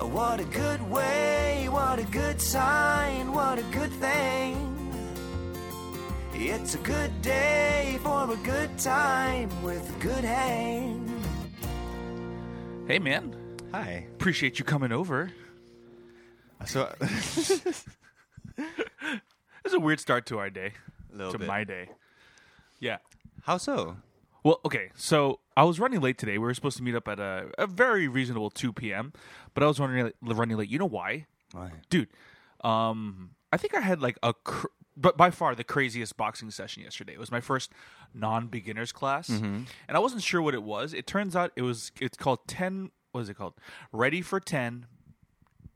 Oh, What a good way, what a good sign, what a good thing. It's a good day for a good time with a good hang. Hey, man. Hi. Appreciate you coming over. So, This is a weird start to our day. Little to bit. my day. Yeah. how so? Well, okay. So I was running late today. We were supposed to meet up at a, a very reasonable 2 p.m., but I was running, running late. You know why? Why? Dude, um, I think I had like a, cr- but by far the craziest boxing session yesterday. It was my first non-beginners class, Mm-hmm. and I wasn't sure what it was. It turns out it was. It's called ten. What is it called? Ready for ten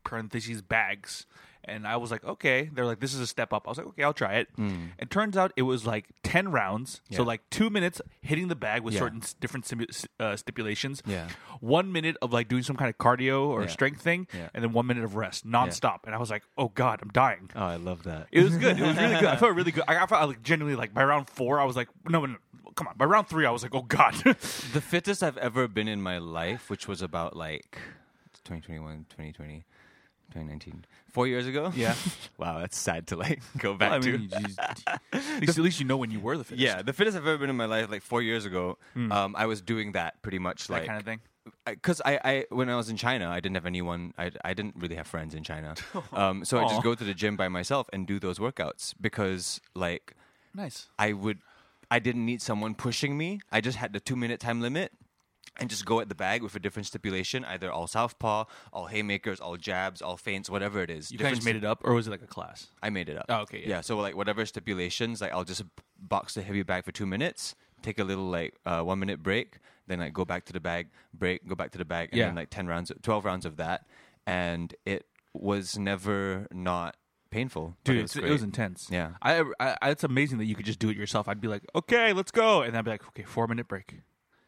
parentheses bags. And I was like, okay. They're like, this is a step up. I was like, okay, I'll try it. And turns out it was like 10 rounds. So, Mm. Yeah. like, two minutes hitting the bag with Yeah. certain s- different simu- s- uh, stipulations. Yeah. One minute of like doing some kind of cardio or Yeah. strength thing. Yeah. And then one minute of rest nonstop. And I was like, oh God, I'm dying. Oh, I love that. It was good. It was really good. I felt really good. I, I felt like genuinely like by round four, I was like, no, no, no, come on. By round three, I was like, oh God. the fittest I've ever been in my life, which was about like 2021, 2020, 2019, four years ago. Yeah. wow, that's sad to like go back I mean, to. you just- at, least, at least you know when you were the fittest. yeah, the fittest I've ever been in my life, like four years ago, um, I was doing that pretty much, Hmm. That like kind of thing. because I, I when I was in China, I didn't have anyone. I, I didn't really have friends in China, um, so I Aw. just go to the gym by myself and do those workouts because like Nice. I would I didn't need someone pushing me. I just had the two minute time limit and just go at the bag with a different stipulation, either all southpaw, all haymakers, all jabs, all feints, whatever it is. You kind of just made it up, or was it like a class? I made it up. Oh, okay, yeah. So like whatever stipulations, like I'll just box the heavy bag for two minutes, take a little like uh, one minute break, then like go back to the bag, break, go back to the bag, and Yeah. then like ten rounds, twelve rounds of that, and it was never not painful. but Dude, it it was was, great. intense. Yeah. I, I it's amazing that you could just do it yourself. I'd be like, okay, let's go, and I'd be like, okay, four minute break.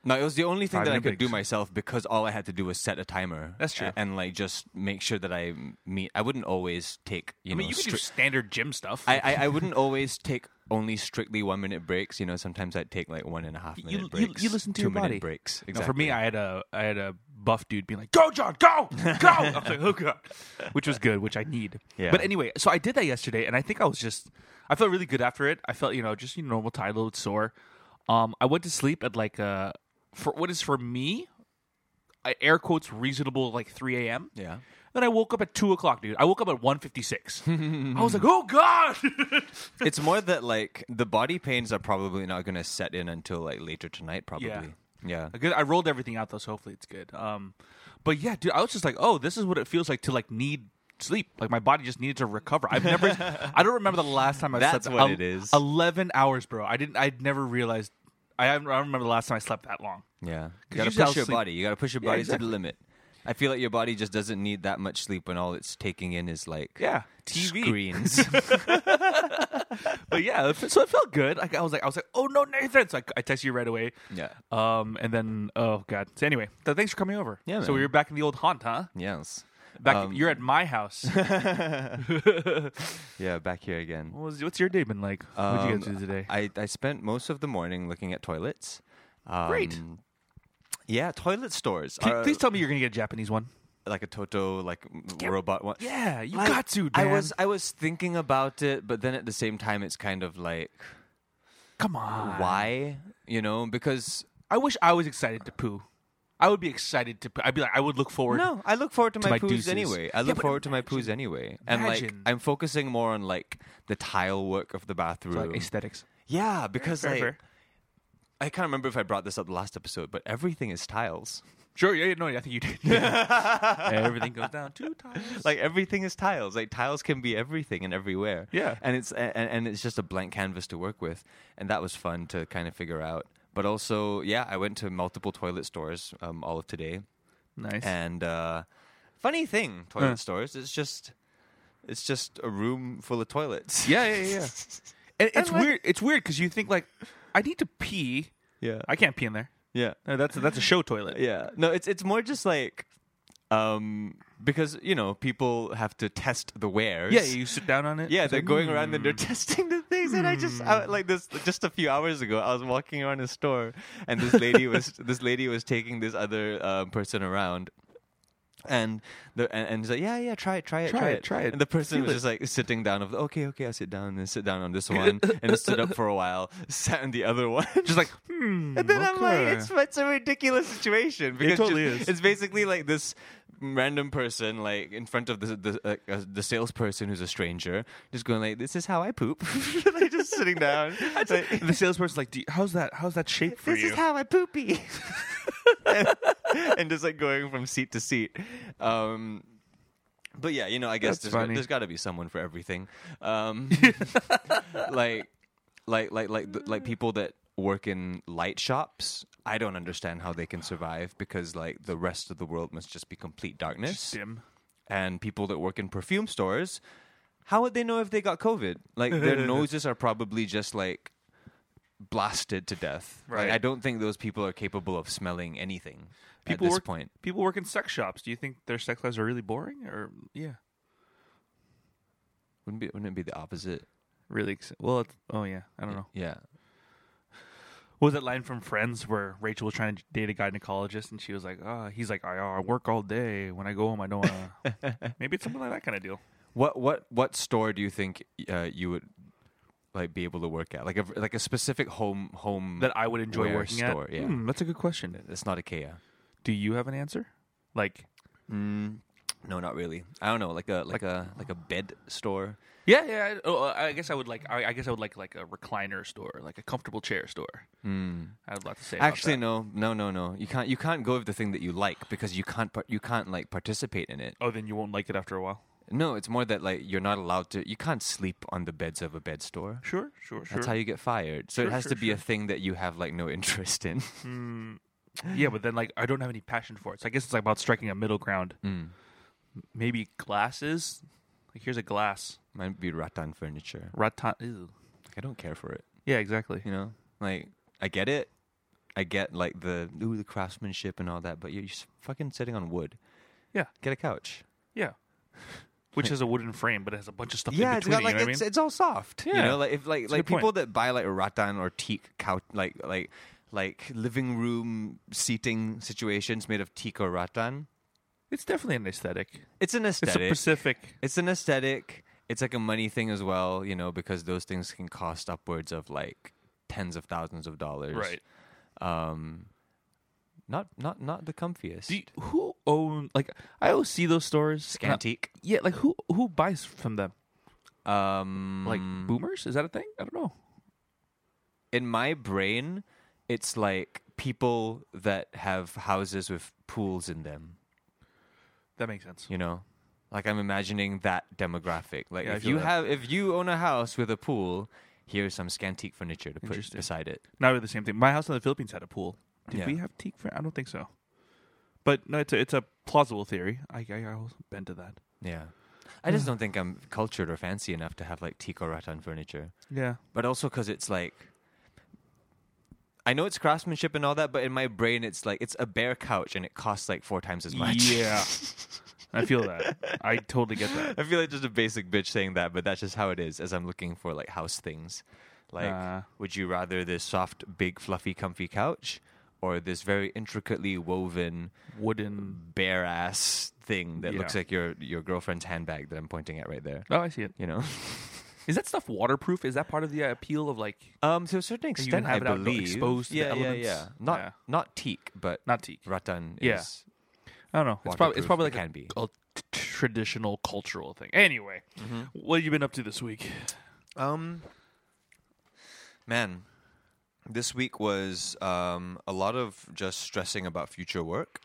No, it was the only thing Five that I minute could do breaks. myself because all I had to do was set a timer. That's true. a- And like just make sure that I m- meet. I wouldn't always take. You I mean, know, you could do stri- standard gym stuff. I, I I wouldn't always take only strictly one minute breaks. You know, sometimes I'd take like one and a half minute you, you, breaks. you listen to two your minute body. breaks. No, Exactly. for me, I had a I had a buff dude being like, "Go, John, go, go!" I was like, "Oh God," which was good, which I need. Yeah. But anyway, so I did that yesterday, and I think I was just I felt really good after it. I felt you know just you know, normal tired, a little bit sore. Um, I went to sleep at like uh for what is for me, I air quotes reasonable like three a.m. yeah. Then I woke up at two o'clock, dude. I woke up at one fifty six. I was like, "Oh God!" It's more that like the body pains are probably not going to set in until like later tonight. Probably. Yeah. A good. I rolled everything out though, so hopefully it's good. Um, but yeah, dude, I was just like, oh, this is what it feels like to like need sleep. Like my body just needed to recover. I've never. I don't remember the last time I slept. That's what it is. Eleven hours, bro. I didn't. I'd never realized. I haven't- I don't remember the last time I slept that long. Yeah. You got to usually I'll push your sleep- body. You got to push your body to exactly. the limit. I feel like your body just doesn't need that much sleep when all it's taking in is like Yeah, TV. screens. But yeah, it fe- so it felt good. Like I was like, I was like, oh no, Nathan. So I, I texted you right away. Yeah. Um, and then oh god. So anyway, so thanks for coming over. Yeah, So man. we were back in the old haunt, huh? yes. Back. Um, you're at my house. Yeah, back here again. What was- what's your day been like? What'd you guys Um, do today? I, I spent most of the morning looking at toilets. Um, Great. Yeah, toilet stores. Can- are please tell me you're gonna get a Japanese one. like a Toto like m- robot one. Yeah, you Like, got to. I Dan. was I was thinking about it, but then at the same time, it's kind of like Come Ah. on. why you know because I wish I was excited to poo. I would be excited to. Poo. I'd be like, I would look forward. no, I look forward to, To my, my poos deuces. anyway. I Yeah, look but forward to my poos anyway, and like imagine. I'm focusing more on like the tile work of the bathroom. like aesthetics. yeah, because Fair, like fair. I can't remember if I brought this up the last episode, but everything is tiles. Sure, yeah, yeah, no, I think you did. Everything goes down two times. Like everything is tiles. Like tiles can be everything and everywhere. Yeah. and it's and, and it's just a blank canvas to work with, and that was fun to kind of figure out. But also, yeah, I went to multiple toilet stores um, all of today, nice. and uh, funny thing, toilet Uh. stores. It's just it's just a room full of toilets. Yeah, yeah, yeah. and it's like- weird. It's weird because you think like, I need to pee. yeah, I can't pee in there. yeah. No, that's a, that's a show toilet. Yeah. No, it's it's more just like um because you know people have to test the wares. Yeah, you sit down on it. Hmm. yeah, It's they're like, going "Mm, around and they're testing the things, and I just I, like this just a few hours ago. I was walking around a store, and this lady was this lady was taking this other uh, person around, and the and, and he's like, yeah, yeah, try it, try it, try, Try it, try it. And the person Feel was it. just like sitting down of okay, okay, I'll sit down and then sit down on this one, and just stood up for a while, sat on the other one, Just like, hmm. and then I'm okay." like, it's, it's a ridiculous situation. Because totally just- is. It's basically like this random person, like in front of the the, uh, uh, the salesperson who's a stranger, just going like, "This is how I poop." like just sitting down. like, And the salesperson's like, Do you, "How's that? How's that shape for this you?" is how I poopy. and, and just like going from seat to seat. Um, but yeah, you know, I guess That's there's got, funny. there's got to be someone for everything. Um, like, like, like, like, th- like people that work in light shops. I don't understand how they can survive because like the rest of the world must just be complete darkness. Dim. And people that work in perfume stores, how would they know if they got COVID? Like their noses are probably just like blasted to death. Like, Right. I don't think those people are capable of smelling anything People at this work, point. People work in sex shops. Do you think their sex lives are really boring? Or yeah, Wouldn't be wouldn't it be the opposite? really? ex- Well, it's, oh yeah, I don't know. Yeah. What was that line from Friends where Rachel was trying to date a gynecologist and she was like, "Ah, he's like, I, I work all day. When I go home, I don't want to." Maybe it's something like that kind of deal. What what what store do you think uh, you would like be able to work at? Like a like a specific home home That I would enjoy Where working store, at. yeah. Hmm, that's a good question. it's not IKEA. Do you have an answer? Like, Mm, no, not really. I don't know. Like a like, a like a bed store. yeah, yeah. I- Oh, I guess I would like. I, I guess I would like like a recliner store, like a comfortable chair store. I would love to say. about Actually, that. no, no, no, no. You can't. You can't go with the thing that you like because you can't. par- You can't like participate in it. Oh, then you won't like it after a while. No, it's more that like you're not allowed to. You can't sleep on the beds of a bed store. Sure, sure, sure. That's how you get fired. So it Sure, has sure, to be a sure. thing that you have like no interest in. Mm. yeah, but then like I don't have any passion for it. So I guess it's about striking a middle ground. Maybe glasses. Like here's a glass. Might be rattan furniture. Ratan. Ew. Like, I don't care for it. Yeah, exactly. You know, like I get it. I get like the ooh the craftsmanship and all that, but you're just fucking sitting on wood. Yeah. Get a couch. Yeah. Which has a wooden frame, but it has a bunch of stuff Yeah, in it's between. got like you know what I it's, mean? it's all soft. You Yeah. know, like if like It's a like good point. people that buy like a rattan or teak couch, like like like living room seating situations made of teak or rattan. It's definitely an aesthetic. It's an It's a aesthetic. It's, Pacific. an aesthetic. It's like a money thing as well, you know, because those things can cost upwards of like tens of thousands of dollars. Right. Um. Not not not the comfiest. Do you- who own like I always see those stores. and I- Scantique. yeah, like who who buys from them? Um. Like boomers? Is that a thing? I don't know. in my brain, it's like people that have houses with pools in them. That makes sense. You know, like I'm imagining that demographic. Like Yeah, I if feel you that. have, if you own a house with a pool, here's some scantique furniture to put Interesting. beside it. Not really the same thing. My house in the Philippines had a pool. Did Yeah. we have teak? Fr- I don't think so. But no, it's a, it's a plausible theory. I I, I always bend to that. Yeah, I Hmm. just don't think I'm cultured or fancy enough to have like teak or rattan furniture. Yeah. but also because it's like I know it's craftsmanship and all that, but in my brain, it's like it's a bare couch and it costs like four times as much. Yeah. I feel that. I totally get that. I feel like just a basic bitch saying that, but that's just how it is. As I'm looking for like house things, like Uh. would you rather this soft, big, fluffy, comfy couch, or this very intricately woven Wooden. bare ass thing that Yeah. looks like your your girlfriend's handbag that I'm pointing at right there? Oh, I see it. You know, Is that stuff waterproof? Is that part of the uh, appeal of like um, to a certain you extent, have I it out, not believe exposed to the yeah, yeah, elements? yeah, not Yeah. not teak, but not teak? rattan Yeah. is I don't know. It's probably it's Waterproof, probably like it can a, be. a t- traditional cultural thing. Anyway, Mm-hmm. what have you been up to this week? Um, man, this week was um, a lot of just stressing about future work,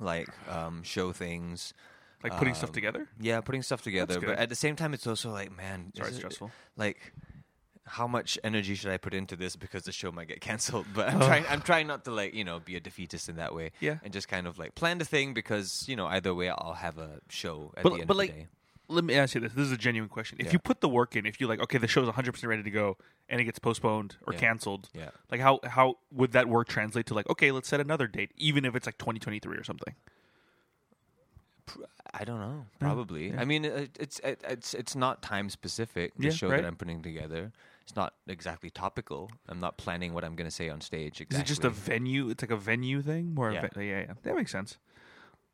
like um, show things. Like putting stuff Um, together. Yeah, putting stuff together. But good. at the same time, it's also like, man, alright, is it- stressful. Like, how much energy should I put into this because the show might get canceled? But Oh. I'm trying. I'm trying not to like you know be a defeatist in that way. Yeah. and just kind of like plan the thing because you know either way I'll have a show at the But end but of like, the day. let me ask you this. This is a genuine question. If Yeah. you put the work in, if you like, okay, the show's 100 percent ready to go, and it gets postponed or Yeah. canceled, Yeah. Like how how would that work translate to like, okay, let's set another date, even if it's like 2023 or something. I don't know. Probably. I mean, it, it's it, it's it's not time specific. The Yeah, show right. that I'm putting together, it's not exactly topical. I'm not planning what I'm going to say on stage. Is Exactly. it just a venue? It's like a venue thing. More yeah. Yeah. yeah, yeah. That makes sense.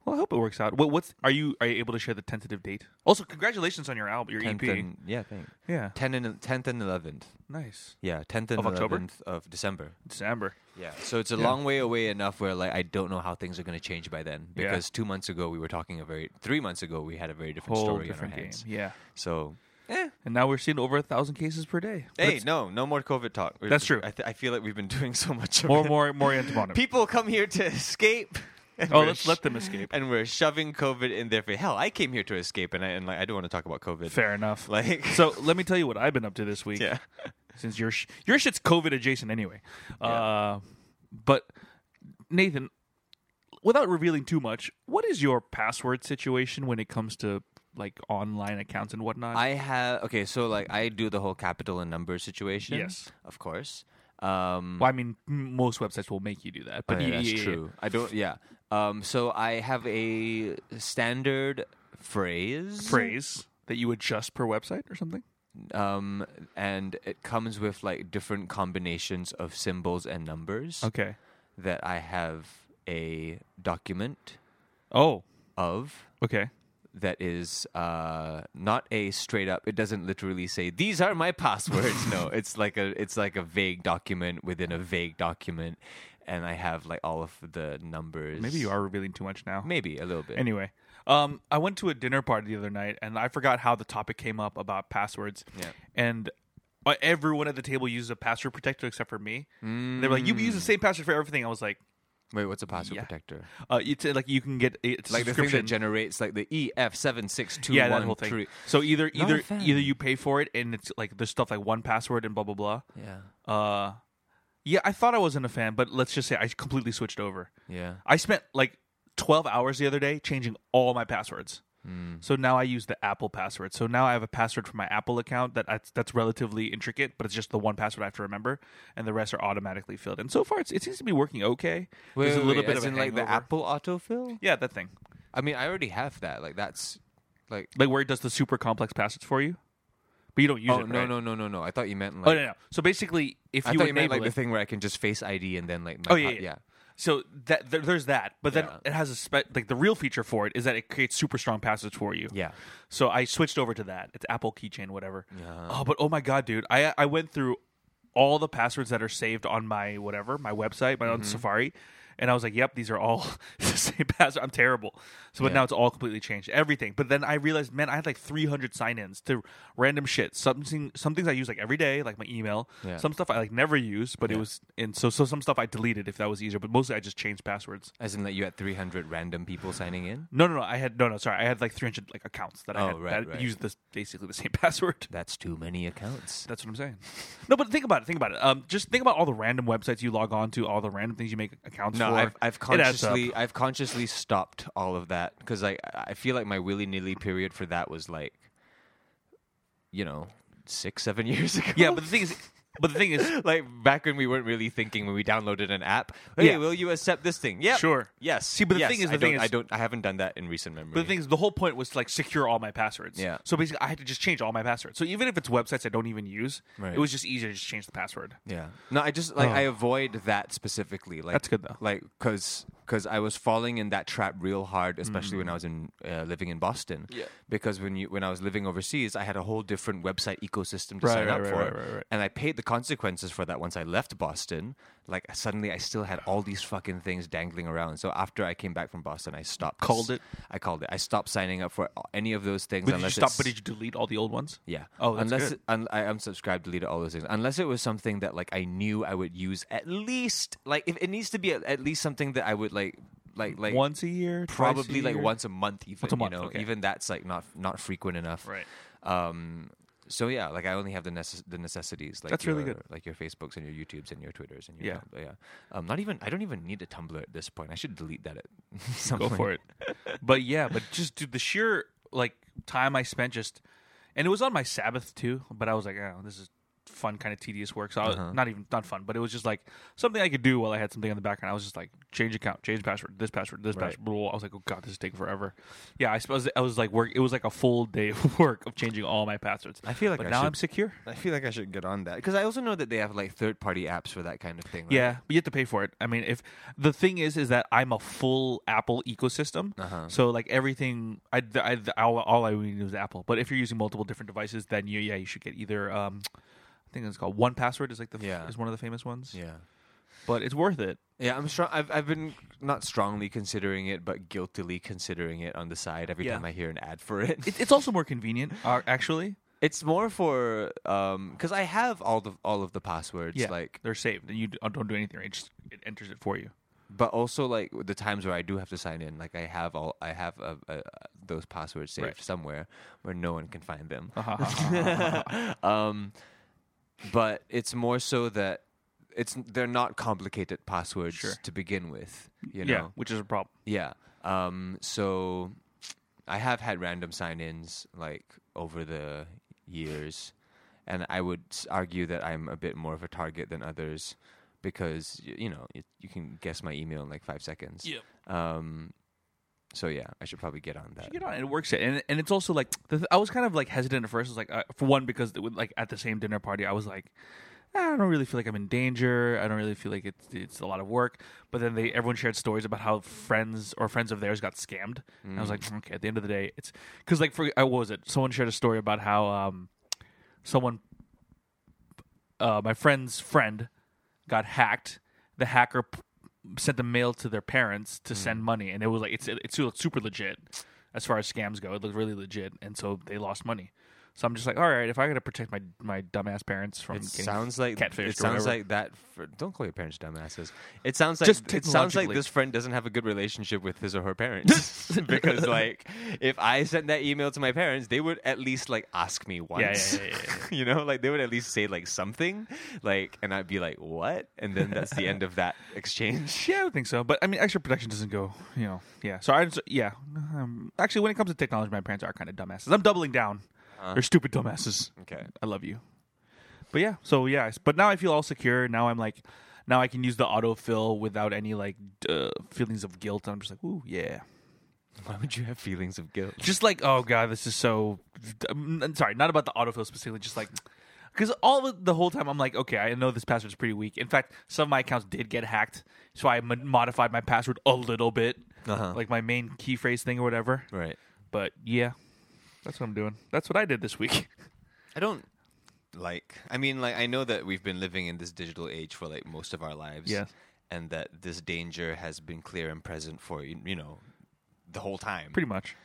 Well, I hope it works out. What, what's are you are you able to share the tentative date? Also, congratulations on your album, your tenth EP. and yeah, thanks. yeah, Ten and tenth and eleventh. nice. Yeah, tenth and Of October? eleventh of December. December. Yeah. So it's a long way away enough where like I don't know how things are going to change by then Yeah. because two months ago we were talking a very three months ago we had a very different Whole story different on our game. hands. Yeah. So And now we're seeing over a thousand cases per day. But hey, it's no, no more COVID talk. We- That's true. I, th- I feel like we've been doing so much. Of more it. more more antibodies. People come here to escape. and Oh, we're let's sh- let them escape. And we're shoving COVID in their face. Hell, I came here to escape, and I and like I don't want to talk about COVID. Fair enough. Like so let me tell you what I've been up to this week. yeah, Since your sh- your shit's COVID adjacent anyway. Uh, but Nathan, without revealing too much, what is your password situation when it comes to like online accounts and whatnot? I have okay. So like I do the whole capital and number situation. Yes. of course. Um, well, I mean, m- most websites will make you do that, but Oh, yeah, you- that's yeah, yeah, true. I don't. Yeah. Um. So I have a standard phrase. yeah. Phrase that you adjust per website or something. Um. And it comes with like different combinations of symbols and numbers Okay. that I have a document Oh. of Okay. that is uh not a straight up it doesn't literally say these are my passwords no it's like a it's like a vague document within a vague document and i have like all of the numbers Maybe you are revealing too much now. maybe a little bit Anyway, um, I went to a dinner party the other night, and I forgot how the topic came up about passwords. Yeah. And uh, everyone at the table uses a password protector except for me. And They were like, "You use the Mm. same password for everything." I was like, wait what's a password Yeah. protector uh, "It's uh, like you can get it's like like the thing subscription." that generates like the EF seven six two yeah, that one whole thing. three. So either Not a either fan. either you pay for it, and it's like there's stuff like one password and blah blah blah. Yeah, Uh, yeah, I thought I wasn't a fan, but let's just say I completely switched over. yeah. I spent like 12 hours the other day changing all my passwords. Hmm. So now I use the Apple password. So now I have a password for my Apple account that that's, that's relatively intricate, but it's just the one password I have to remember, and the rest are automatically filled. And so far, it's, it seems to be working okay. There's a little bit of a in like the hangover. Apple autofill. yeah, that thing, I mean, I already have that. Like that's like like where it does the super complex passwords for you, but you don't use oh it. no right? no no no no. I thought you meant like Oh no, no. So basically, if I you thought you meant enable like it, the thing where I can just Face ID and then like my Oh yeah, pa- yeah. So that there, there's that, but then Yeah. it has a spe- like the real feature for it is that it creates super strong passwords for you. Yeah. So I switched over to that. It's Apple keychain, whatever. Yeah. Oh, but oh my god, dude! I I went through all the passwords that are saved on my whatever my website, my Mm-hmm. own Safari, and I was like, "Yep, these are all the same password." I'm terrible. So, but now it's all completely changed, everything. But then I realized, man, I had like 300 sign-ins to random shit. Something, some things I use like every day, like my email. Yeah. Some stuff I like never used, but it was and so so some stuff I deleted if that was easier. But mostly I just changed passwords. As in like you had three hundred random people signing in. No, no, no. I had no, no. Sorry, I had like 300 like accounts that I Oh, had right, that right. used this basically the same password. That's too many accounts. That's what I'm saying. No, but think about it. Think about it. Um, just think about all the random websites you log on to, all the random things you make accounts No, for. I've, I've It adds up. consciously I've consciously stopped all of that because I I feel like my willy nilly period for that was like, you know, six seven years ago. Yeah, but the thing is, but the thing is, like back when we weren't really thinking when we downloaded an app. Hey, Yeah. will you accept this thing? Yeah, Sure. Yes. See, but the Yes. thing is- I the thing don't- is- I don't. I haven't done that in recent memory. but the thing is, the whole point was to like secure all my passwords. Yeah. So basically, I had to just change all my passwords. So even if it's websites I don't even use, Right. it was just easier to just change the password. Yeah. No, I just like I avoid that specifically. Like Oh. That's good, though. Like because because I was falling in that trap real hard, especially Mm. when I was in uh, living in Boston. Yeah. Because when you when I was living overseas, I had a whole different website ecosystem to Right, sign right, up right, for, right, right, right. and I paid the consequences for that once I left Boston, like suddenly I still had all these fucking things dangling around. So after I came back from Boston, I stopped. Called it? I called it. I stopped signing up for any of those things. But did you unless stop? it's- But did you delete all the old ones? yeah. Oh, that's unless good. It, un- I unsubscribed, deleted all those things. Unless it was something that like I knew I would use at least like if it needs to be at, at least something that I would like like like once a year, twice a probably like year? once a month even Once a month, you know okay. even that's like not not frequent enough. Right. Um. So yeah, like I only have the necess- the necessities like That's really your- good. like your Facebooks and your YouTubes and your Twitters and your Yeah. Tumblr, yeah. Um. Not even I don't even need a Tumblr at this point. I should delete that at some go point. for it. but yeah, but just dude, the sheer like time I spent just, and it was on my Sabbath too. But I was like, oh, this is fun, kind of tedious work. So I was, Uh-huh. not even not fun, but it was just like something I could do while I had something on the background. I was just like, change account, change password, this password, this Right. password. Blah, blah, blah. I was like, oh god, this is taking forever. Yeah, I suppose I was like work. It was like a full day of work of changing all my passwords. I feel like but I now should- I'm secure. I feel like I should get on that because I also know that they have like third party apps for that kind of thing. right? Yeah, but you have to pay for it. I mean, if the thing is, is that I'm a full Apple ecosystem, Uh-huh. so like everything, I, I, all, all I need is Apple. But if you're using multiple different devices, then you, yeah, you should get either. Um, I think it's called One Password is like the f- Yeah. is one of the famous ones. Yeah. but it's worth it. Yeah, I'm strong. I've I've been not strongly considering it, but guiltily considering it on the side every Yeah. time I hear an ad for it. it it's also more convenient, uh, actually. It's more for um because I have all the all of the passwords, Yeah, like, they're saved, and you d- don't do anything. It just it enters it for you. but also like the times where I do have to sign in, like I have all I have uh, uh, those passwords saved Right. somewhere where no one can find them. Uh-huh. um, but it's more so that it's they're not complicated passwords Sure. to begin with, you know. yeah, which is a problem. Yeah. Um, so I have had random sign-ins like over the years, and I would s- argue that I'm a bit more of a target than others because y- you know you, you can guess my email in like five seconds. Yep. Um, so yeah, I should probably get on that. You know, and it works it, and and it's also like the th- I was kind of like hesitant at first. I was like, uh, for one, because it would, like at the same dinner party, I was like, "Ah, I don't really feel like I'm in danger. I don't really feel like it's it's a lot of work. But then they everyone shared stories about how friends or friends of theirs got scammed, and I was like, okay, at the end of the day, it's because like for uh, what was it? Someone shared a story about how um someone uh, my friend's friend got hacked. The hacker p- sent the mail to their parents to send Mm. money, and it was like it's it's su- super legit as far as scams go. It looked really legit, and so they lost money. So I'm just like, all right, if I got to protect my my dumbass parents from It getting sounds like catfished, it or sounds whatever. like that. For, don't call your parents dumbasses. It sounds like Just it sounds like technologically. this friend doesn't have a good relationship with his or her parents because like if I sent that email to my parents, they would at least like ask me yeah, once. yeah, yeah, yeah, you know, like they would at least say like something, like, and I'd be like, "What?" And then that's the end of that exchange. yeah, I would think so. But I mean, extra protection doesn't go, you know, yeah. So I, just- yeah, um, actually, when it comes to technology, my parents are kind of dumbasses. I'm doubling down. They're stupid dumbasses. Okay. I love you. But yeah, so yeah, I s- but now I feel all secure. Now I'm like, now I can use the autofill without any like d- uh, feelings of guilt. I'm just like, ooh, yeah. Why would you have feelings of guilt? Just like, oh god, this is so. I'm I'm sorry, not about the autofill specifically. Just like, because all of the whole time I'm like, okay, I know this password's pretty weak. In fact, some of my accounts did get hacked, so I mod- modified my password a little bit, Uh-huh. like my main key phrase thing or whatever. Right. But yeah, that's what I'm doing. That's what I did this week. I don't like. I mean, like, I know that we've been living in this digital age for like most of our lives. Yeah. And that this danger has been clear and present for you you know the whole time. pretty much.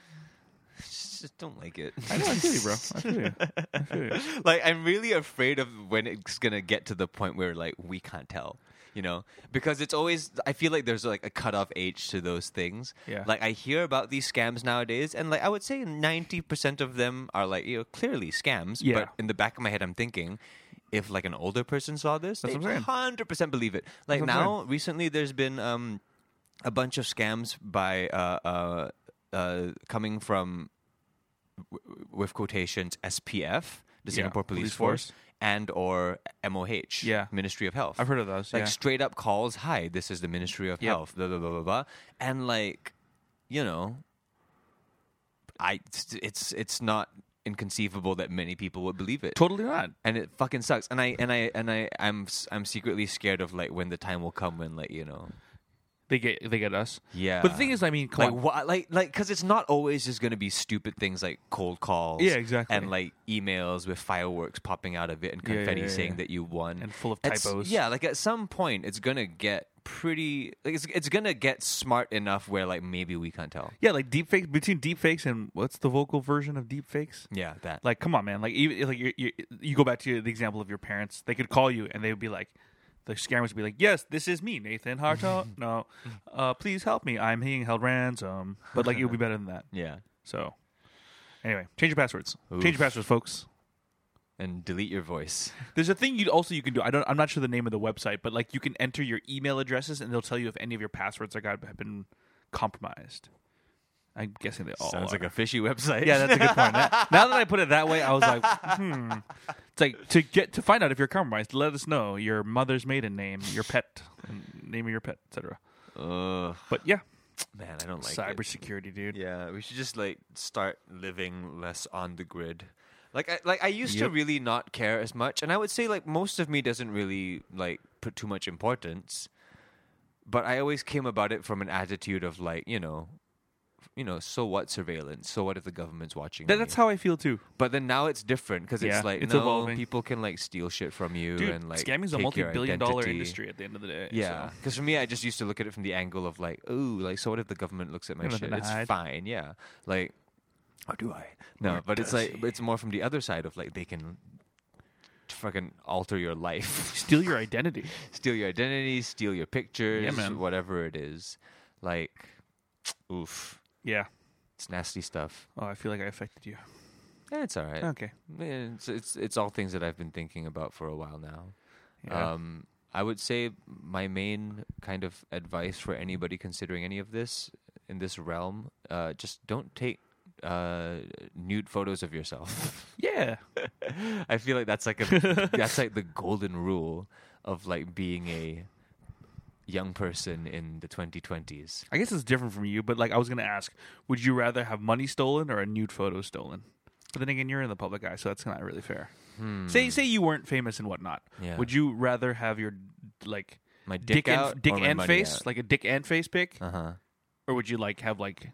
Just, just don't like it. I know, I feel you, bro. I feel you. I feel you. like I'm really afraid of when it's gonna get to the point where like we can't tell, you know, because it's always I feel like there's like a cutoff age to those things. Yeah. Like I hear about these scams nowadays, and like I would say ninety percent of them are like you know clearly scams. Yeah. But in the back of my head, I'm thinking. If like an older person saw this, That's they what I'm saying. hundred percent believe it. Like That's what I'm now, recently there's been um, a bunch of scams by uh, uh, uh, coming from w- with quotations SPF, the Yeah, Singapore Police, police Force, force. and or MOH, Yeah. Ministry of Health. I've heard of those. like yeah. straight up calls. Hi, this is the Ministry of Yep. Health. Blah blah blah blah blah, and like, you know, I it's it's not inconceivable that many people would believe it totally not. and it fucking sucks. And I and I and I I'm s- I'm secretly scared of like when the time will come when like you know They get they get us. Yeah. But the thing is, I mean, come like on. why, like like because it's not always just going to be stupid things like cold calls Yeah, exactly. and like emails with fireworks popping out of it and yeah, confetti yeah, saying yeah. that you won And full of At s- typos. yeah like at some point it's going to get pretty like it's, it's going to get smart enough where like maybe we can't tell yeah, like deep fakes between deep fakes and what's the vocal version of deep fakes? yeah that Like, come on, man. Like, even like you, you, you go back to the example of your parents. They could call you, and they would be like, the scammers would be like, "Yes, this is me, Nathan Harto. no, uh, please help me. I'm being held ransom." But like, it would be better than that. yeah So, anyway, change your passwords. Change your passwords, folks. and delete your voice There's a thing you also you can do. I don't. I'm not sure the name of the website, but like you can enter your email addresses, and they'll tell you if any of your passwords are got have been compromised. I'm guessing they all sounds are. like a fishy website Yeah, that's a good point. Now now that I put it that way, I was like, hmm. It's like to get to find out if you're compromised, let us know your mother's maiden name, your pet, and name of your pet, etc. Ugh, But yeah, man I don't like it. cybersecurity, dude. Yeah, we should just like start living less on the grid. Like I like I used to Yep. really not care as much, and I would say like most of me doesn't really like put too much importance. But I always came about it from an attitude of like you know, you know, so what surveillance? So what if the government's watching? That, me? that's how I feel too, But then now it's different because Yeah, it's like it's no, evolving. people can like steal shit from you dude. and like scamming's a take your multi-billion-dollar identity. industry at the end of the day. Yeah, so. because for me, I just used to look at it from the angle of like, oh, like so what if the government looks at my Got shit? nothing to It's hide. fine, yeah. Like, or do I? No, Or but it's does like it's more from the other side of like they can fucking alter your life, steal your identity. steal your identity, steal your pictures, man. whatever it is. Like, oof, Yeah. it's nasty stuff. Oh, I feel like I affected you. Yeah, it's all right. Okay. Yeah, It's, it's it's all things that I've been thinking about for a while now. Yeah. Um, I would say my main kind of advice for anybody considering any of this in this realm, uh, just don't take uh, nude photos of yourself. yeah. I feel like that's like a that's like the golden rule of like being a young person in the 2020s. I guess it's different from you, but like I was gonna ask, would you rather have money stolen or a nude photo stolen? But then again, you're in the public eye, so that's not really fair. Hmm. Say say you weren't famous and whatnot. Yeah. Hmm. Would you rather have your like My dick, dick, out and dick or my and money face, out? like a dick and face pic, uh-huh. or would you like have like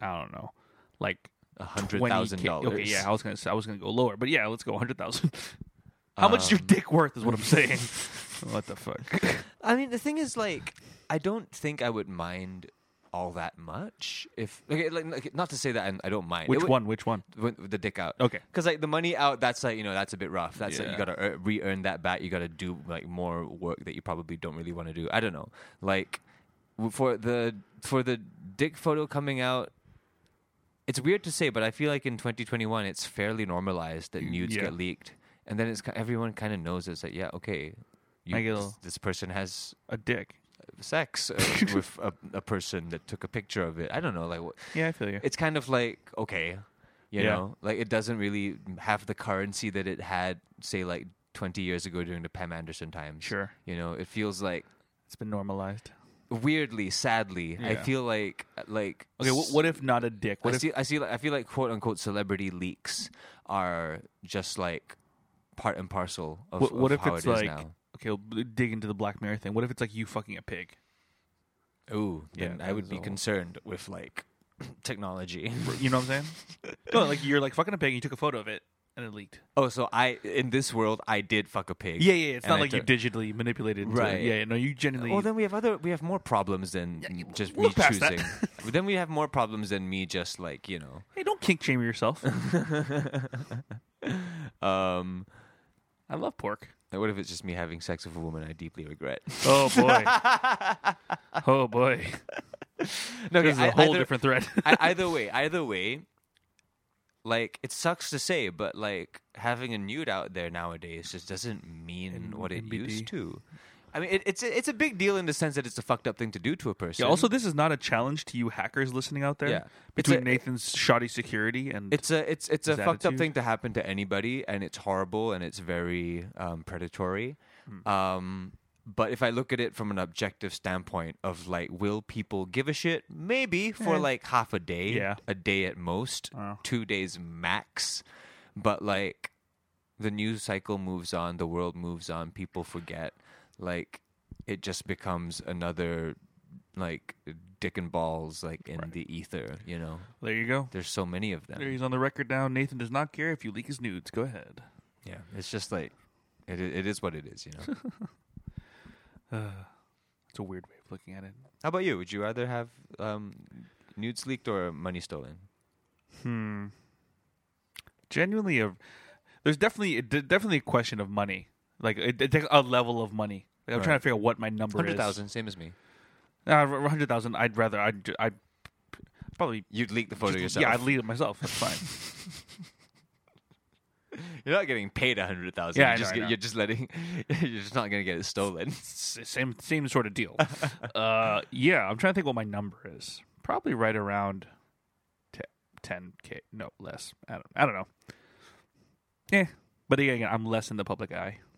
I don't know, like A hundred thousand $20K? dollars. Okay, yeah, I was gonna say, I was gonna go lower, but yeah, let's go hundred thousand. How much Um. is your dick worth? Is what I'm saying. what the fuck? I mean, the thing is, like, I don't think I would mind all that much if, okay, like, like, not to say that I'm, I don't mind. Which It would- one? Which one? When, with the dick out. Okay. Because like the money out, that's like you know that's a bit rough. That's like Yeah. you gotta ear- re-earn that back. You gotta do like more work that you probably don't really want to do. I don't know. Like w- for the for the dick photo coming out. It's weird to say, but I feel like in 2021, it's fairly normalized that nudes yeah. get leaked, and then it's ki- everyone kind of knows it's like, yeah, okay, you, I get a this, little- this person has A dick. sex uh, with a, a person that took a picture of it. I don't know, like what, Yeah, I feel you. it's kind of like okay, you Yeah. know, like it doesn't really have the currency that it had, say, like twenty years ago during the Pam Anderson times. Sure. you know, it feels like It's been normalized. weirdly, sadly, I Yeah. feel like like Okay, what, what if not a dick? What I if see, I see, like, I feel like quote unquote celebrity leaks are just like part and parcel of what, what of if how it's it is like now. okay, we'll dig into the Black Mirror thing. What if it's like you fucking a pig? Ooh, Yeah, then I that would is be a whole- concerned with like technology. You know what I'm saying? no, like you're like fucking a pig and you took a photo of it and it leaked. oh, so I in this world I did fuck a pig. Yeah, yeah. It's and not I like you took- digitally manipulated. into it. Right. Yeah, yeah, no, you genuinely. Well, then we have other we have more problems than just we'll me pass that. choosing. But then we have more problems than me just like you know. hey, don't kink shame yourself. Um, I love pork. and what if it's just me having sex with a woman I deeply regret? Oh boy. oh boy. no, This is a whole different thread. I, either way, either way, like it sucks to say, but like having a nude out there nowadays just doesn't mean what it NBD. used to. I mean, it, it's a, it's a big deal in the sense that it's a fucked up thing to do to a person. yeah, also, this is not a challenge to you hackers listening out there. Yeah. It's Between a- Nathan's shoddy security and it's a it's it's a his fucked up attitude. thing to happen to anybody, and it's horrible and it's very um, predatory. Hmm. Um, but if I look at it from an objective standpoint of like, will people give a shit? Maybe for like half a day, Eh. Yeah. a day at most, Oh. two days max. But like, the news cycle moves on, the world moves on, people forget. Like, it just becomes another like dick and balls like in the ether. You know, There you go. there's so many of There them. he's on the record now. Nathan does not care if you leak his nudes. Go ahead. Yeah, it's just like it. It is what it is. You know. It's a weird way of looking at it. How about you? Would you rather have um, nudes leaked or money stolen? Genuinely, a, there's definitely a- de- definitely a question of money. Like it, it takes a level of money. Like, I'm Right. trying to figure out what my number Hundred is. thousand, same as me. Uh, hundred thousand. I'd rather. I'd. ju- I'd probably. You'd leak the photo just- yourself. Yeah, I'd leave it myself. That's fine. You're not getting paid a hundred thousand. Yeah, I you're, know, just I get- know. you're just letting. You're just not gonna get it stolen. S- same same sort of deal. uh, yeah, I'm trying to think what my number is. Probably right around ten k. No less. I don't. I don't know. Yeah, but again, I'm less in the public eye.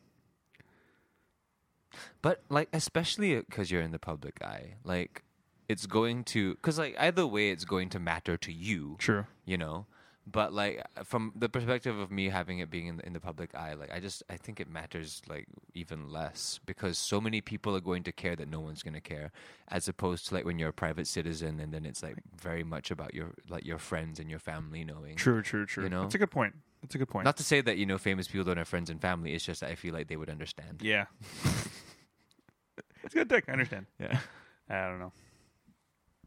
But like, especially because you're in the public eye, like it's going to because like either way, it's going to matter to you. True. You know. But like uh, from the perspective of me having it being in the, in the public eye, like I just I think it matters like even less because so many people are going to care that no one's going to care, as opposed to like when you're a private citizen and then it's like very much about your like your friends and your family knowing. True. True. True. You know? That's a good point. That's a good point. Not to say that you know famous people don't have friends and family. It's just that I feel like they would understand. yeah. it's a good dick. I understand. Yeah. I don't know.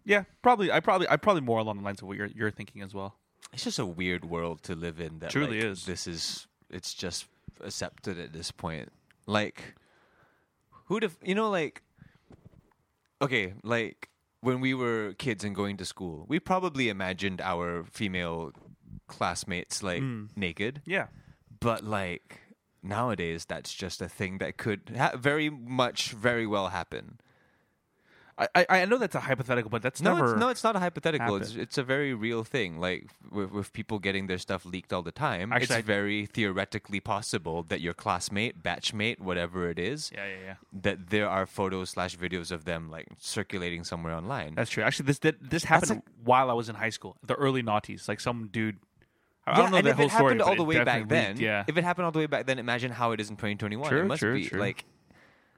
Yeah, probably. I probably. I probably more along the lines of what you're you're thinking as well. It's just a weird world to live in. That Truly like, is. This is it's just accepted at this point. Like, who'd have you know? Like, okay, like when we were kids and going to school, we probably imagined our female classmates like Hmm. naked. Yeah. but like nowadays that's just a thing that could ha- very much very well happen I, I I know that's a hypothetical, but that's no never. it's, no it's not a hypothetical it's, happened. it's a very real thing like with, with people getting their stuff leaked all the time Actually, I- it's very theoretically possible that your classmate batchmate whatever it is yeah, yeah, yeah. that there are photos slash videos of them like circulating somewhere online That's true. Actually, this did, this happened like- while I was in high school. The early noughties, like some dude. I I yeah, don't know and the if whole it happened story, but all it the way back definitely- then Yeah, if it happened all the way back then imagine how it is in 2021 True, it must true, be true. like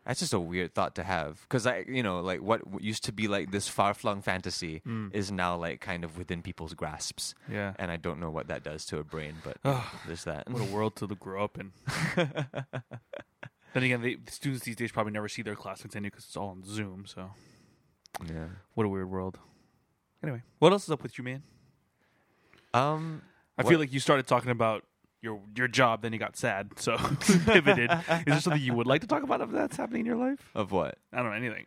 that's just a weird thought to have because i you know like what w- used to be like this far-flung fantasy is now like kind of within people's grasps Mm. Yeah. and i don't know what that does to a brain but there's that what a world to grow up in. then again, they, the students these days probably never see their classmates anyway because it's all on Zoom. So yeah what a weird world. Anyway, what else is up with you, man? um I What- feel like you started talking about your your job, then you got sad, so pivoted. Is there something you would like to talk about if that's happening in your life? of what I don't know anything.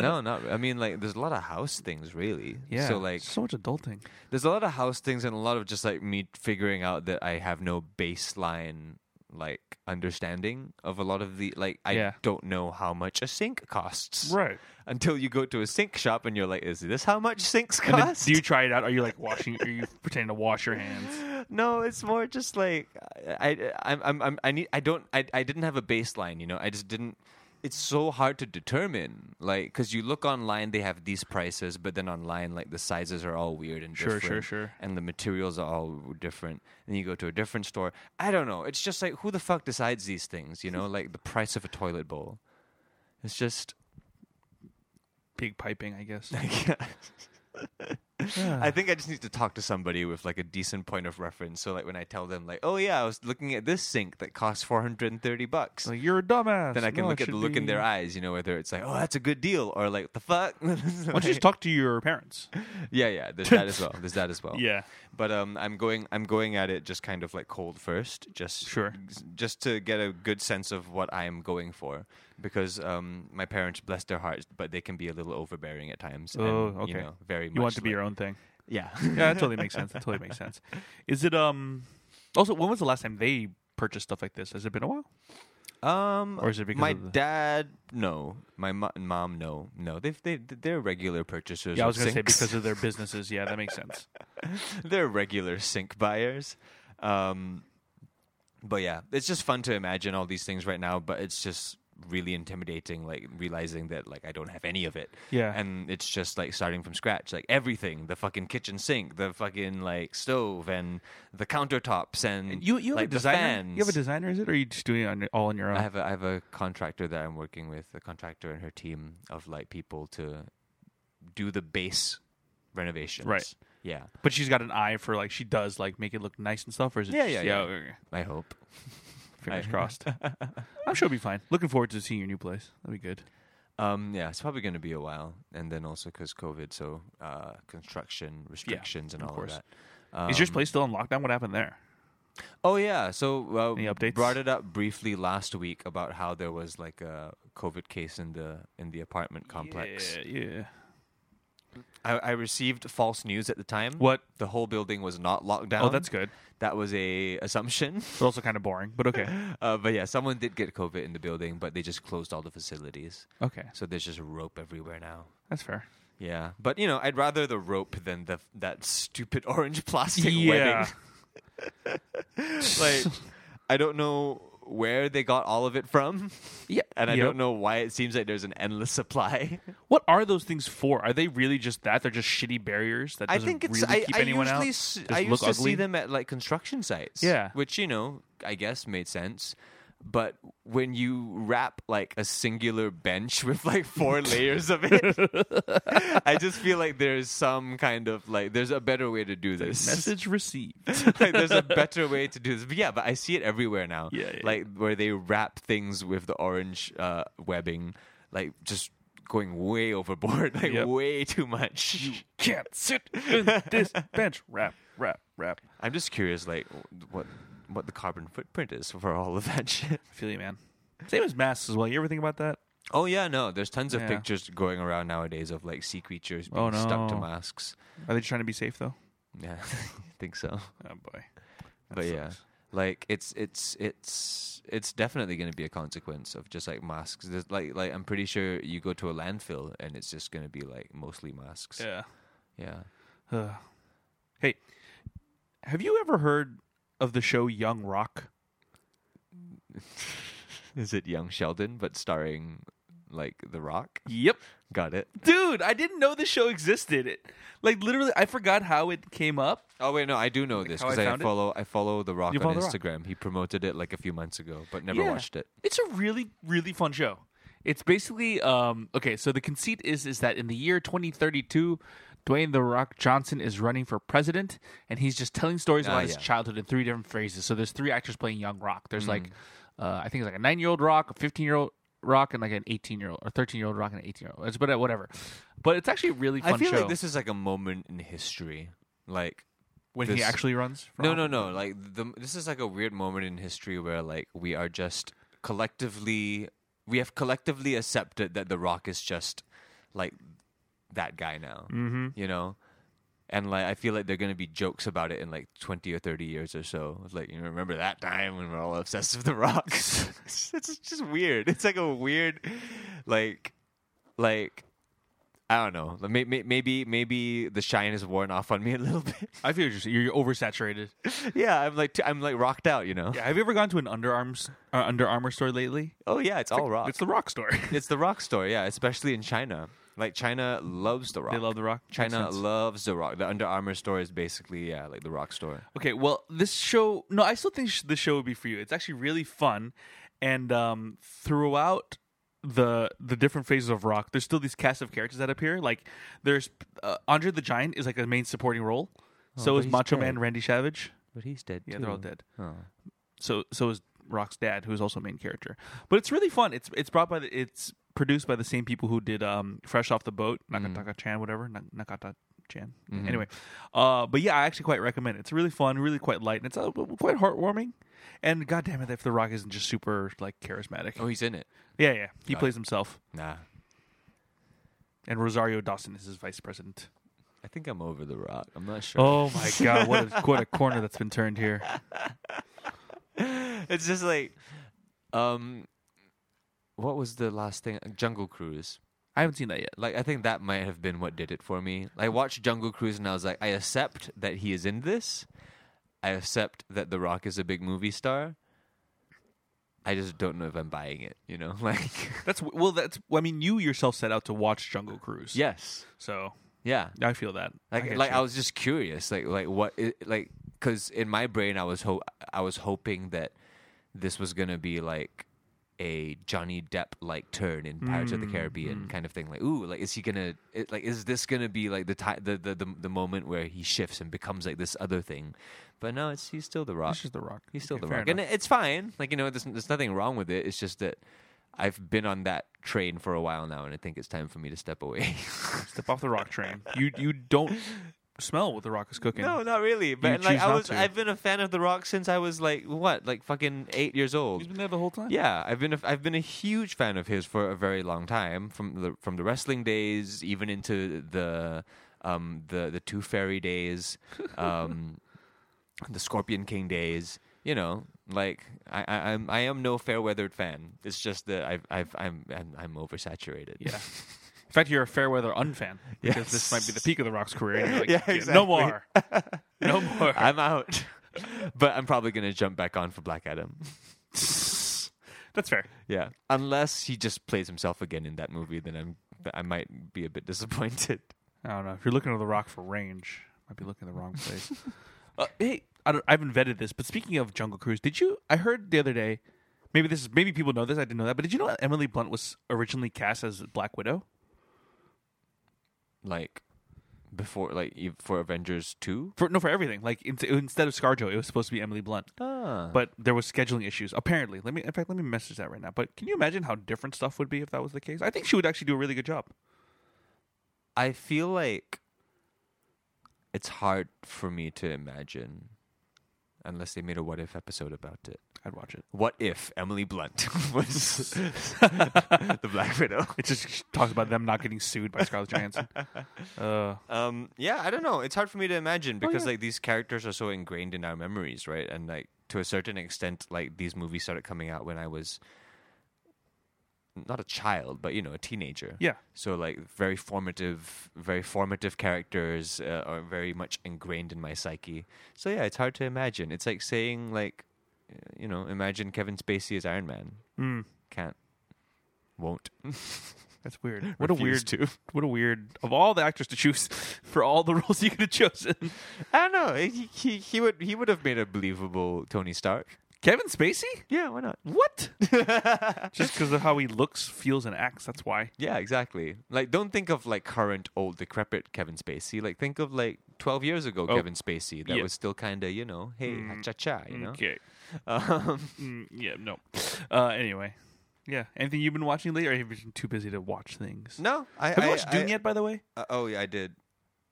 no not i mean like there's a lot of house things really so like so much adulting. there's a lot of house things and a lot of just like me figuring out that I have no baseline like understanding of a lot of the like I Yeah. don't know how much a sink costs. Right. Until you go to a sink shop and you're like, is this how much sinks And then cost? do you try it out? Are you like washing? Are you pretending to wash your hands? no, it's more just like I I I'm- I'm I'm I need I don't I I didn't have a baseline, you know. I just didn't it's so hard to determine like cuz you look online they have these prices but then online like the sizes are all weird and Sure, sure, different sure. and the materials are all different and you go to a different store. I don't know. It's just like who the fuck decides these things, you know? Like the price of a toilet bowl. It's just Pig piping, I guess. I think I just need to talk to somebody with like a decent point of reference. So like when I tell them like, oh yeah, I was looking at this sink that costs four hundred and thirty bucks, Like you're a dumbass. then I can No, look it at the should look in be- their eyes. You know whether it's like, oh that's a good deal or like the fuck. Why don't you just talk to your parents? yeah, yeah. There's that as well. There's that as well. Yeah. But um, I'm going. I'm going at it just kind of like cold first, just Sure. just to get a good sense of what I'm going for, because um, my parents, bless their hearts, but they can be a little overbearing at times. and, Oh, You okay. know, very. You much want it to be like- your own thing. Yeah. Yeah, that totally makes sense. That totally makes sense. Is it um? Also, when was the last time they purchased stuff like this? Has it been a while? Um, Or is it because my of the- dad? No, my mo- mom. No, no. They've they they're regular purchasers. Yeah, I of was gonna say sinks. because of their businesses. Yeah, that makes sense. they're regular sink buyers. Um, but yeah, it's just fun to imagine all these things right now. But it's just really intimidating, like realizing that like I don't have any of it. Yeah. and it's just like starting from scratch, like everything: the fucking kitchen sink, the fucking like stove, and the countertops, and, You you have like a the designer. fans. You have a designer, is it, or are you just doing it on, your- all on your own? I have a, I have a contractor that I'm working with, a contractor and her team of like people to do the base renovations. Right. Yeah. But she's got an eye for like she does like make it look nice and stuff. Or is it Yeah, just- yeah, yeah. okay, okay. I hope. Fingers I- crossed. I'm sure it'll be fine. Looking forward to seeing your new place. That'll be good. Um, yeah, it's probably going to be a while, and then also because COVID, so uh, construction restrictions and of all course. of that. Um, is your place still in lockdown? What happened there? Oh yeah, so uh, Any updates? Brought it up briefly last week about how there was like a COVID case in the in the apartment complex. Yeah, yeah. I, I received false news at the time. What? The whole building was not locked down. Oh, that's good. That was a assumption. But also kind of boring. But okay. Uh, but yeah, someone did get COVID in the building, but they just closed all the facilities. Okay. So there's just rope everywhere now. That's fair. Yeah, but you know, I'd rather the rope than the that stupid orange plastic Yeah. webbing. like, I don't know where they got all of it from, Yeah. and I Yep. don't know why it seems like there's an endless supply. What are those things for? Are they really just that? They're just shitty barriers that I doesn't think it's really I, keep I anyone usually out. s- Just I look used to ugly? see them at like construction sites. Yeah. which you know, I guess made sense. But when you wrap like a singular bench with like four layers of it, I just feel like there's some kind of like there's a better way to do this. Message received. like there's a better way to do this. But yeah, but I see it everywhere now. Yeah, yeah. Like where they wrap things with the orange uh, webbing, like just going way overboard, like Yep. way too much. Can't sit in this bench. Rap, rap, rap. I'm just curious, like w- what what the carbon footprint is for all of that shit. I feel you, man. Same as masks as well. You ever think about that? Oh yeah, no, there's tons of Yeah. pictures going around nowadays of like sea creatures being Oh, stuck to no. masks. Are they just trying to be safe though? Yeah, I think so. Oh boy. but yeah like it's it's it's it's definitely going to be a consequence of just like masks There's, like like i'm pretty sure you go to a landfill and it's just going to be like mostly masks Yeah. yeah Ugh. hey, have you ever heard of the show Young Rock? is it young sheldon but starring like the rock Yep. got it Dude, I didn't know this show existed. It, like literally, I forgot how it came up. oh wait no i do know this how I because I, found it? follow i follow the rock You on follow The Rock. instagram he promoted it like a few months ago but never Yeah. watched it It's a really really fun show. It's basically um okay, so the conceit is is that in the year 2032, Dwayne the Rock Johnson is running for president and he's just telling stories Ah, about his yeah. childhood in three different phases. So there's three actors playing young Rock. There's like uh, I think it's like a 9-year-old Rock, a 15-year-old Rock and like an 18-year-old or 13-year-old Rock and an 18-year-old. It's but uh, whatever. But it's actually a really fun i feel show like this is like a moment in history like when he this- actually runs. for No, office. no, no. Like the, this is like a weird moment in history where like we are just collectively we have collectively accepted that The Rock is just like that guy now. Mm-hmm. You know. And like I feel like they're gonna be jokes about it in like twenty or thirty years or so. It's like you know, remember that time when we are all obsessed with the rocks. it's just weird. It's like a weird, like, like I don't know. Like, may- may- Maybe maybe the shine has worn off on me a little bit. I feel you're, just, you're oversaturated. Yeah, I'm like t- I'm like rocked out, you know. Yeah, have you ever gone to an Under Arms uh, Under Armour store lately? Oh yeah, it's, all rock. It's the Rock store. It's the rock store, yeah, especially in China. Like China loves the rock. they love the Rock. Makes China sense. loves the rock. The Under Armour store is basically yeah, like the rock store. Okay, well, this show. No, I still think sh- the show would be for you. It's actually really fun, and um, throughout the the different phases of rock, there's still these cast of characters that appear. Like there's uh, Andre the Giant is like a main supporting role. so Oh, but is he's Macho dead. Man Randy Savage. But he's dead. Yeah, they're all dead. Oh. So so is Rock's dad, who's also a main character. But it's really fun. It's it's brought by the, it's produced by the same people who did um Fresh Off the Boat, Nakataka Chan, whatever, Nak- Nakata Chan. Anyway, uh, but yeah, I actually quite recommend it. It's really fun, really quite light, and it's uh, quite heartwarming. And God damn it, if The Rock isn't just super like charismatic. Oh, he's in it. Yeah, yeah, he Got plays himself, Nah, and Rosario Dawson is his vice president. I think I'm over the rock. I'm not sure. Oh my God, what a what a corner that's been turned here. It's just like, um, what was the last thing? Jungle Cruise. I haven't seen that yet. Like I think that might have been what did it for me. I watched Jungle Cruise and I was like, I accept that he is in this. I accept that The Rock is a big movie star. I just don't know if I'm buying it, you know? Like That's well, that's I mean, you yourself set out to watch Jungle Cruise. Yes. So Yeah. I feel that. Like get like you. I was just curious like like what i- like cuz in my brain I was ho- I was hoping that this was going to be like a Johnny Depp like turn in Pirates Mm, of the Caribbean kind of thing. Like, ooh, like is he gonna it, like is this gonna be like the, ti- the the the the moment where he shifts and becomes like this other thing? But no, it's he's still the Rock. It's just The Rock. He's still Okay, the fair Rock, enough. and it's fine. Like you know, there's there's nothing wrong with it. It's just that I've been on that train for a while now, and I think it's time for me to step away. Step off the rock train. You you don't smell what the rock is cooking. No, not really. But like choose I not was, to. I've been a fan of The Rock since I was like what, like fucking eight years he's old. been there the whole time. Yeah, I've been a, I've been a huge fan of his for a very long time, from the from the wrestling days, even into the um the the Two Fairy days, um, the Scorpion King days. You know, like I, I I'm I am no fair weathered fan. It's just that I've I've I'm I'm, I'm oversaturated. yeah. In fact, you're a fair weather unfan because this Yes. might be the peak of the Rock's career. And you're like, Yeah, No exactly. more. No more. I'm out. but I'm probably gonna jump back on for Black Adam. That's fair. Yeah, unless he just plays himself again in that movie, then I'm th- I might be a bit disappointed. I don't know. If you're looking to the rock for range, might be looking in the wrong place. uh, hey, I don't, I haven't vetted this, but speaking of Jungle Cruise, did you? I heard the other day. Maybe this is maybe people know this. I didn't know that, but did you know that Emily Blunt was originally cast as Black Widow? Like before, like ev- for Avengers two. For no, for everything. Like in, instead of ScarJo, it was supposed to be Emily Blunt, Ah, but there was scheduling issues. Apparently, let me. In fact, let me message that right now. But can you imagine how different stuff would be if that was the case? I think she would actually do a really good job. I feel like it's hard for me to imagine, unless they made a what if episode about it. I'd watch it. What if Emily Blunt was the Black Widow? It just talks about them not getting sued by Scarlett Johansson. Uh, Um, yeah, I don't know. It's hard for me to imagine because Oh, yeah. like these characters are so ingrained in our memories, right? And like to a certain extent, like these movies started coming out when I was not a child, but you know, a teenager. yeah. So like very formative, very formative characters uh, are very much ingrained in my psyche. So yeah, it's hard to imagine. It's like saying like, uh, you know, imagine Kevin Spacey as Iron Man. Mm. Can't, won't. That's weird. What a refuse weird, to. what a weird of all the actors to choose for all the roles you could have chosen. I don't know. He, he he would he would have made a believable Tony Stark. Kevin Spacey? Yeah, why not? What? Just because of how he looks, feels, and acts. That's why. Yeah, exactly. Like, don't think of like current old decrepit Kevin Spacey. Like, think of like twelve years ago Kevin Spacey. That Oh, Yeah. Mm. was still kind of you know, hey, cha cha, you know. Okay. Um, Mm, yeah. No. Uh, anyway. Yeah. Anything you've been watching lately, or have you been too busy to watch things? no, I Have you I- watched Dune I- yet? By the way. uh, oh yeah, I did,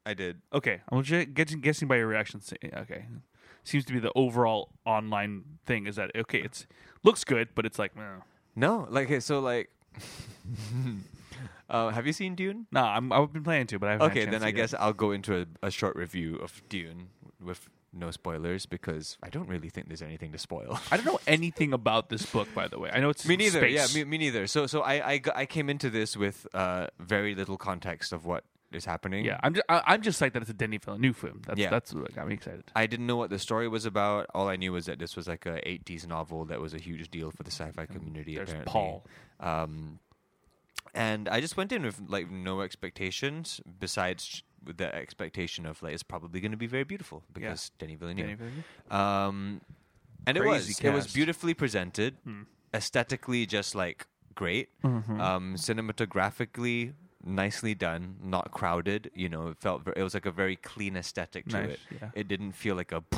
I did. Okay. I'm ju- guessing, guessing by your reaction. say- Okay. Seems to be the overall online thing is that okay? It's looks good, but it's like, meh. No, like okay, so like, uh, have you seen Dune? nah. I'm, I've been planning to, but I haven't. had a Okay, chance then I yet. guess I'll go into a, a short review of Dune with no spoilers because I don't really think there's anything to spoil. I don't know anything about this book, by the way. I know it's me neither. Space. Yeah, me, me neither. So so I, I g- I came into this with uh, very little context of what is happening. Yeah, I'm just I, I'm just psyched that it's a Denny Villeneuve film. That's Yeah. that's what got me excited. I didn't know what the story was about. All I knew was that this was like a 80s novel that was a huge deal for the sci-fi community. There's apparently. Paul. Um, and I just went in with like no expectations besides the expectation of like it's probably going to be very beautiful because Denny Villeneuve. Denny Villeneuve. Um, and it was Crazy it was cast. beautifully presented, Hmm. aesthetically just like great, Mm-hmm. Uh, um, cinematographically nicely done, not crowded. You know, it felt ver- it was like a very clean aesthetic to Nice, it. yeah. It didn't feel like a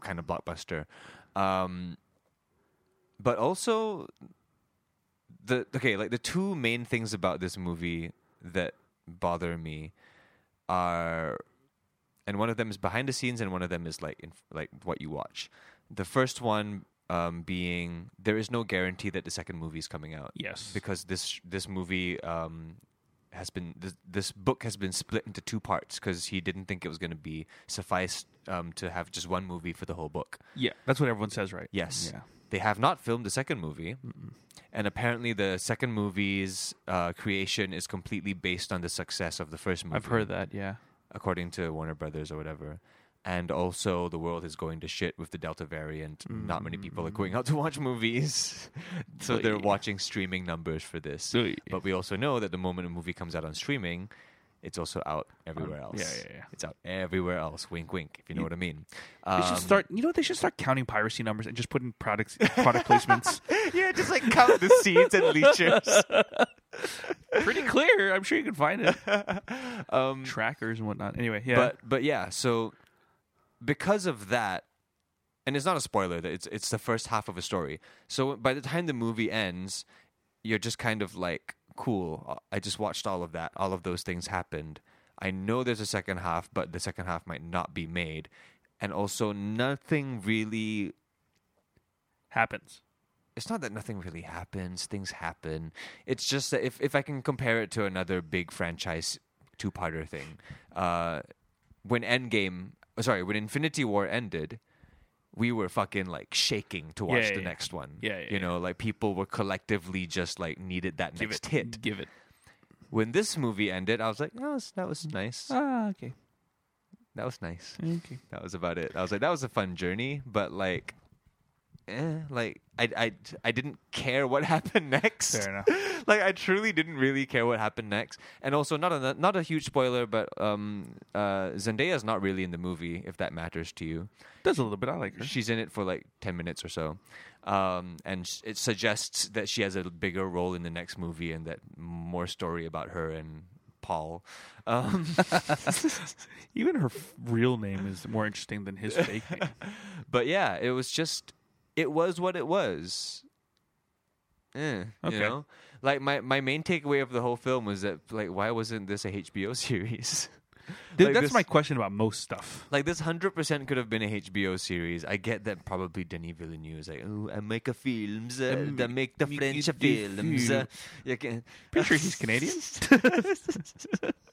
kind of blockbuster, um, but also the okay like the two main things about this movie that bother me are and one of them is behind the scenes and one of them is like in, like what you watch the first one um, being there is no guarantee that the second movie is coming out Yes. because this this movie um, has been this, this book has been split into two parts because he didn't think it was going to be suffice um, to have just one movie for the whole book yeah, that's what everyone says, right? Yes. Yeah. They have not filmed the second movie. And apparently, the second movie's uh, creation is completely based on the success of the first movie. I've heard that. Yeah. According to Warner Brothers or whatever. And also, the world is going to shit with the Delta variant. Not many people are Mm-hmm. going out to watch movies. so they're Oy. watching streaming numbers for this. Oy. But we also know that the moment a movie comes out on streaming, It's also out everywhere else. Um, yeah, yeah, yeah. It's out everywhere else. Wink, wink. If you know what I mean. They should Um, start. You know, what? they should start counting piracy numbers and just put in products, product placements. yeah, just like count the seeds and leechers. Pretty clear. I'm sure you can find it. Um, Trackers and whatnot. Anyway, yeah. But but yeah, so because of that, and it's not a spoiler. that It's it's the first half of a story. So by the time the movie ends, you're just kind of like, cool. uh, I just watched all of that. All of those things happened. I know there's a second half, but the second half might not be made. And also, nothing really happens. it's not that nothing really happens things happen it's just that if, if i can compare it to another big franchise two-parter thing uh, when endgame oh, sorry when infinity war ended we were fucking like shaking to watch Yeah, the yeah. next one Yeah, yeah, you yeah. know like people were collectively just like needed that Give next it. hit Give it. when this movie ended i was like oh, that was nice Ah, okay. that was nice Okay. that was about it. I was like, that was a fun journey, but like, eh, like I, I, I didn't care what happened next. Fair enough. like I truly didn't really care what happened next. And also, not a not a huge spoiler, but um, uh, Zendaya's not really in the movie, if that matters to you. Does a little bit. I like her. She's in it for like ten minutes or so, um, and s- it suggests that she has a bigger role in the next movie and that more story about her and Paul. Um, Even her f- real name is more interesting than his fake name. But yeah, it was just it was what it was. Eh, Okay. You know? Like my, my main takeaway of the whole film was that like why wasn't this a HBO series? Th- Like that's this- my question about most stuff. Like this hundred percent could have been a HBO series. I get that probably Denis Villeneuve is like, oh, I make a films, uh, Um, I make the make French it the films. uh, film. you can- Pretty sure he's Canadian.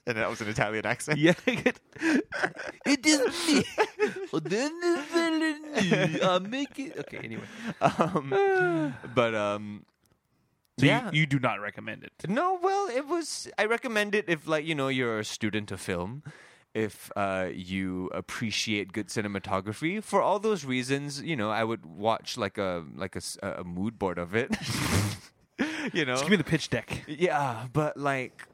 and that was an Italian accent. yeah. it is me. Oh, I make it. Okay. Anyway. um, but um, So Yeah. you, you do not recommend it. No, well, it was. I recommend it if, like, you know, you're a student of film, if uh, you appreciate good cinematography. For all those reasons, you know, I would watch like a like a, s- a mood board of it. you know, Just give me the pitch deck. yeah, but like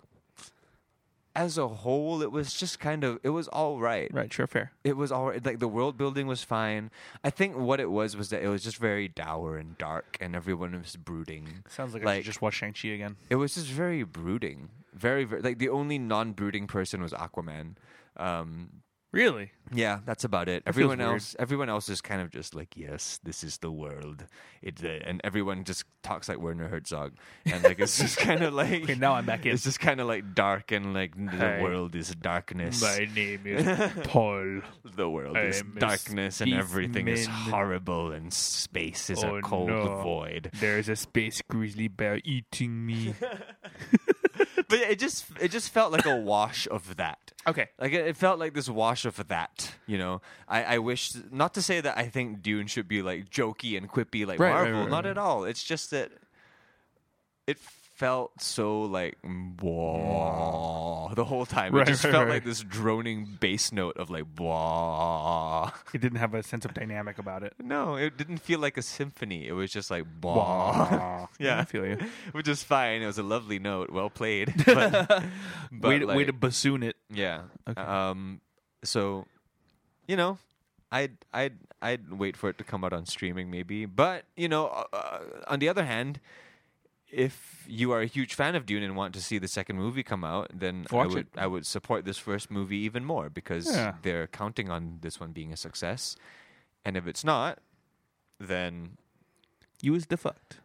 as a whole, it was just kind of it was all right Right. Sure. Fair. it was all like the world building was fine. I think what it was was that it was just very dour and dark, and everyone was brooding. Sounds like, I Like- should just watch Shang Chi again. It was just very brooding, very, very like the only non-brooding person was Aquaman. Um, Really? yeah, that's about it. feels Everyone weird. else, everyone else is kind of just like, yes, this is the world. It uh, and everyone just talks like Werner Herzog, and like it's just kind of like Okay. Now I'm back in. it's just kind of like dark and like the Hey. world is darkness. My name is Paul. the world I is miss darkness and these everything is men. horrible and space is Oh, a cold no. void. There's a space grizzly bear eating me. But it just it just felt like a wash of that. okay. Like it it felt like this wash of that, you know. I, I wish not to say that I think Dune should be like jokey and quippy like Right, right, Marvel. right, not right. at all. It's just that it felt so like blah the whole time. Right, it just right, felt right. like this droning bass note of like blah. It didn't have a sense of dynamic about it. No, it didn't feel like a symphony. It was just like blah, Yeah. I feel you. which is fine. It was a lovely note, well played. But, but way, to, way like- to bassoon it. yeah. Um, so, you know, I'd I'd I'd wait for it to come out on streaming maybe. But you know, uh, uh, on the other hand, if you are a huge fan of Dune and want to see the second movie come out, then I Watch would it. I would support this first movie even more because Yeah. they're counting on this one being a success. And if it's not, then You is defucked.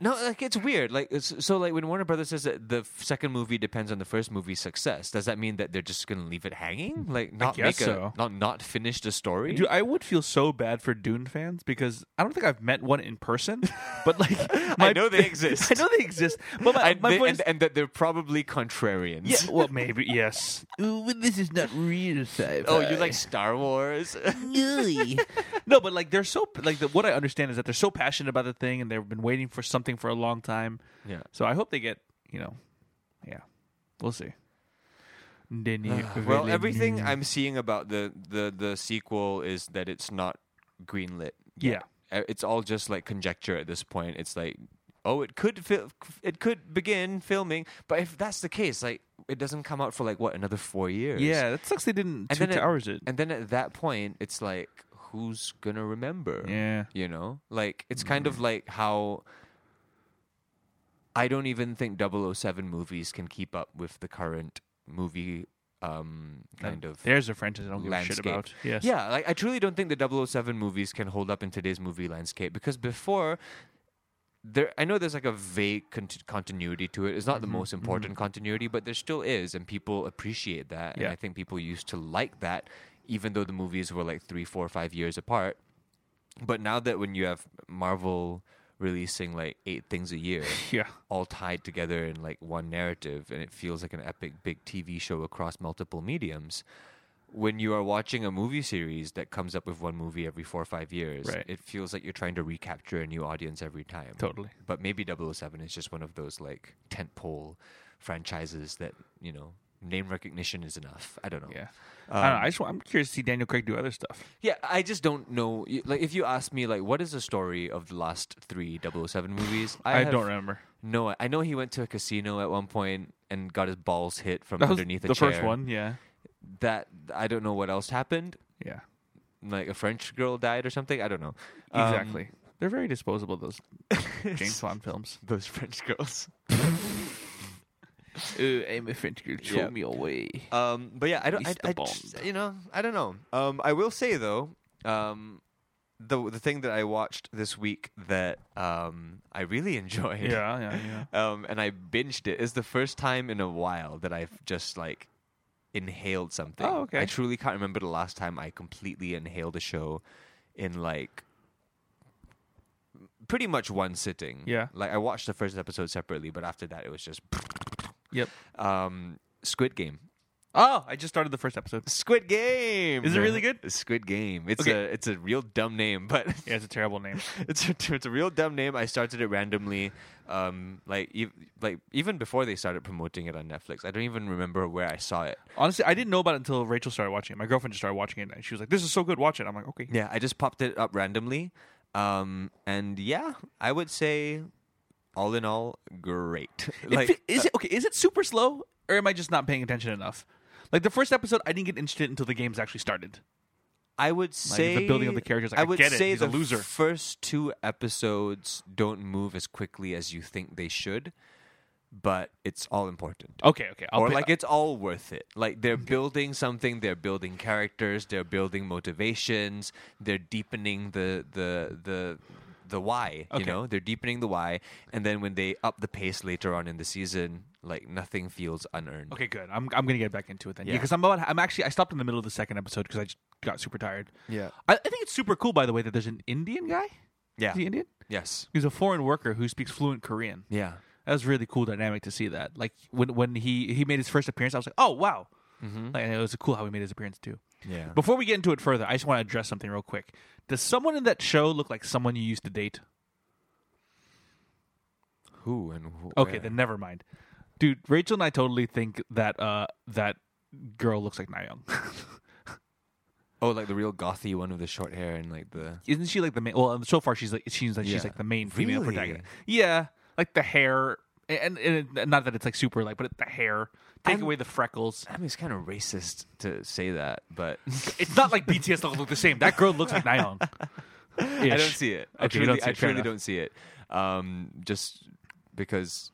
no, like it's weird. Like it's, so, like when Warner Brothers says that the f- second movie depends on the first movie's success, does that mean that they're just going to leave it hanging? Like not guess make a, so. not not finish the story? Dude, I would feel so bad for Dune fans because I don't think I've met one in person, but like my- know they exist. I know they exist. But my, I- my they- point is, and, and that they're probably contrarians. yeah, well, maybe yes. this is not real sci-fi. Oh, you like Star Wars? no, but like they're so like the, what I understand is that they're so passionate about the thing and they've been waiting for something for a long time. yeah. So I hope they get you know, yeah, we'll see. Denis Well, Villeneuve. everything I'm seeing about the the the sequel is that it's not greenlit. yet. Uh, it's all just like conjecture at this point. It's like, oh, it could fil- it could begin filming, but if that's the case, like, it doesn't come out for like what another four years. Yeah, that sucks. They didn't two at- towers it. And then at that point, it's like, who's gonna remember? Yeah. Mm-hmm. you know, like it's kind of like how I don't even think 007 movies can keep up with the current movie um Uh, kind of There's a franchise I don't give landscape. a shit about. Yes. Yeah, like I truly don't think the 007 movies can hold up in today's movie landscape because before there I know there's like a vague cont- continuity to it. It's not Mm-hmm, the most important continuity, but there still is and people appreciate that and Yeah. I think people used to like that even though the movies were like three, four, five years apart. But now that when you have Marvel releasing like eight things a year, Yeah. all tied together in like one narrative and it feels like an epic big TV show across multiple mediums. When you are watching a movie series that comes up with one movie every four or five years, Right. it feels like you're trying to recapture a new audience every time. Totally. But maybe 007 is just one of those like tentpole franchises that, you know, name recognition is enough. I don't know. Yeah. I Um, don't know. I just, want- I'm curious to see Daniel Craig do other stuff. Yeah, I just don't know. Y- Like, if you ask me, like, what is the story of the last three 007 movies? I, have don't remember. No, I know he went to a casino at one point and got his balls hit from That was underneath a the chair. first one. Yeah. That I don't know what else happened. Yeah. Like a French girl died or something. I don't know. Um, Exactly. They're very disposable. Those James Bond films. those French girls. I'm a French girl. Show Yeah. me away. Um, but yeah, I don't. I, Mr. I Bond. just- you know, I don't know. Um, I will say though, um, the the thing that I watched this week that um I really enjoyed. Yeah. Yeah. Yeah. um, and I binged it. It's the first time in a while that I've just like inhaled something. Oh, okay. I truly can't remember the last time I completely inhaled a show in like pretty much one sitting. Yeah. Like I watched the first episode separately, but after that it was just Yep. um, Squid Game. Oh, I just started the first episode. Squid Game. Is it really good? Squid Game. It's Okay. a it's a real dumb name, but Yeah, it's a terrible name. it's a, it's a real dumb name. I started it randomly, um, like ev- like even before they started promoting it on Netflix. I don't even remember where I saw it. Honestly, I didn't know about it until Rachel started watching it. My girlfriend just started watching it, and she was like, "This is so good, watch it." I'm like, "Okay." Yeah, I just popped it up randomly, um, and yeah, I would say, all in all, great. It like fe- is it okay? Is it super slow, or am I just not paying attention enough? Like the first episode, I didn't get interested until the games actually started. I would say building of the characters, like, I I would get it, say he's the a loser. First two episodes don't move as quickly as you think they should, but it's all important. Okay, okay. I'll or pay- uh, like it's all worth it. Like they're building something, they're building characters, they're building motivations, they're deepening the the the the why. You Okay. know, they're deepening the why, and then when they up the pace later on in the season, like nothing feels unearned. Okay, good. I'm I'm gonna get back into it then. Yeah, Yeah. because I'm about. I'm actually. I stopped in the middle of the second episode because I just got super tired. Yeah. I, I think it's super cool, by the way, that there's an Indian guy. Yeah. Is he Indian? Yes. He's a foreign worker who speaks fluent Korean. Yeah. That was really cool dynamic to see that. Like when when he he made his first appearance, I was like, oh wow. Like, and it was cool how he made his appearance too. Mm-hmm. Yeah. Before we get into it further, I just want to address something real quick. Does someone in that show look like someone you used to date? Who and who? Okay, where? then never mind. Dude, Rachel and I totally think that uh that girl looks like Nayoung. Oh, like the real gothy one with the short hair and like the. Isn't she like the main? Well, so far she's like she's like Yeah. she's like the main female Really? protagonist. Yeah, like the hair, and, and, and not that it's like super like, but it- the hair. Take I'm- away the freckles. I mean, it's kind of racist to say that, but It's not like BTS don't look the same. That girl looks like Nayeon. I don't see it. I Okay, you truly, don't see I it, fair truly enough. don't see it. Um, just because.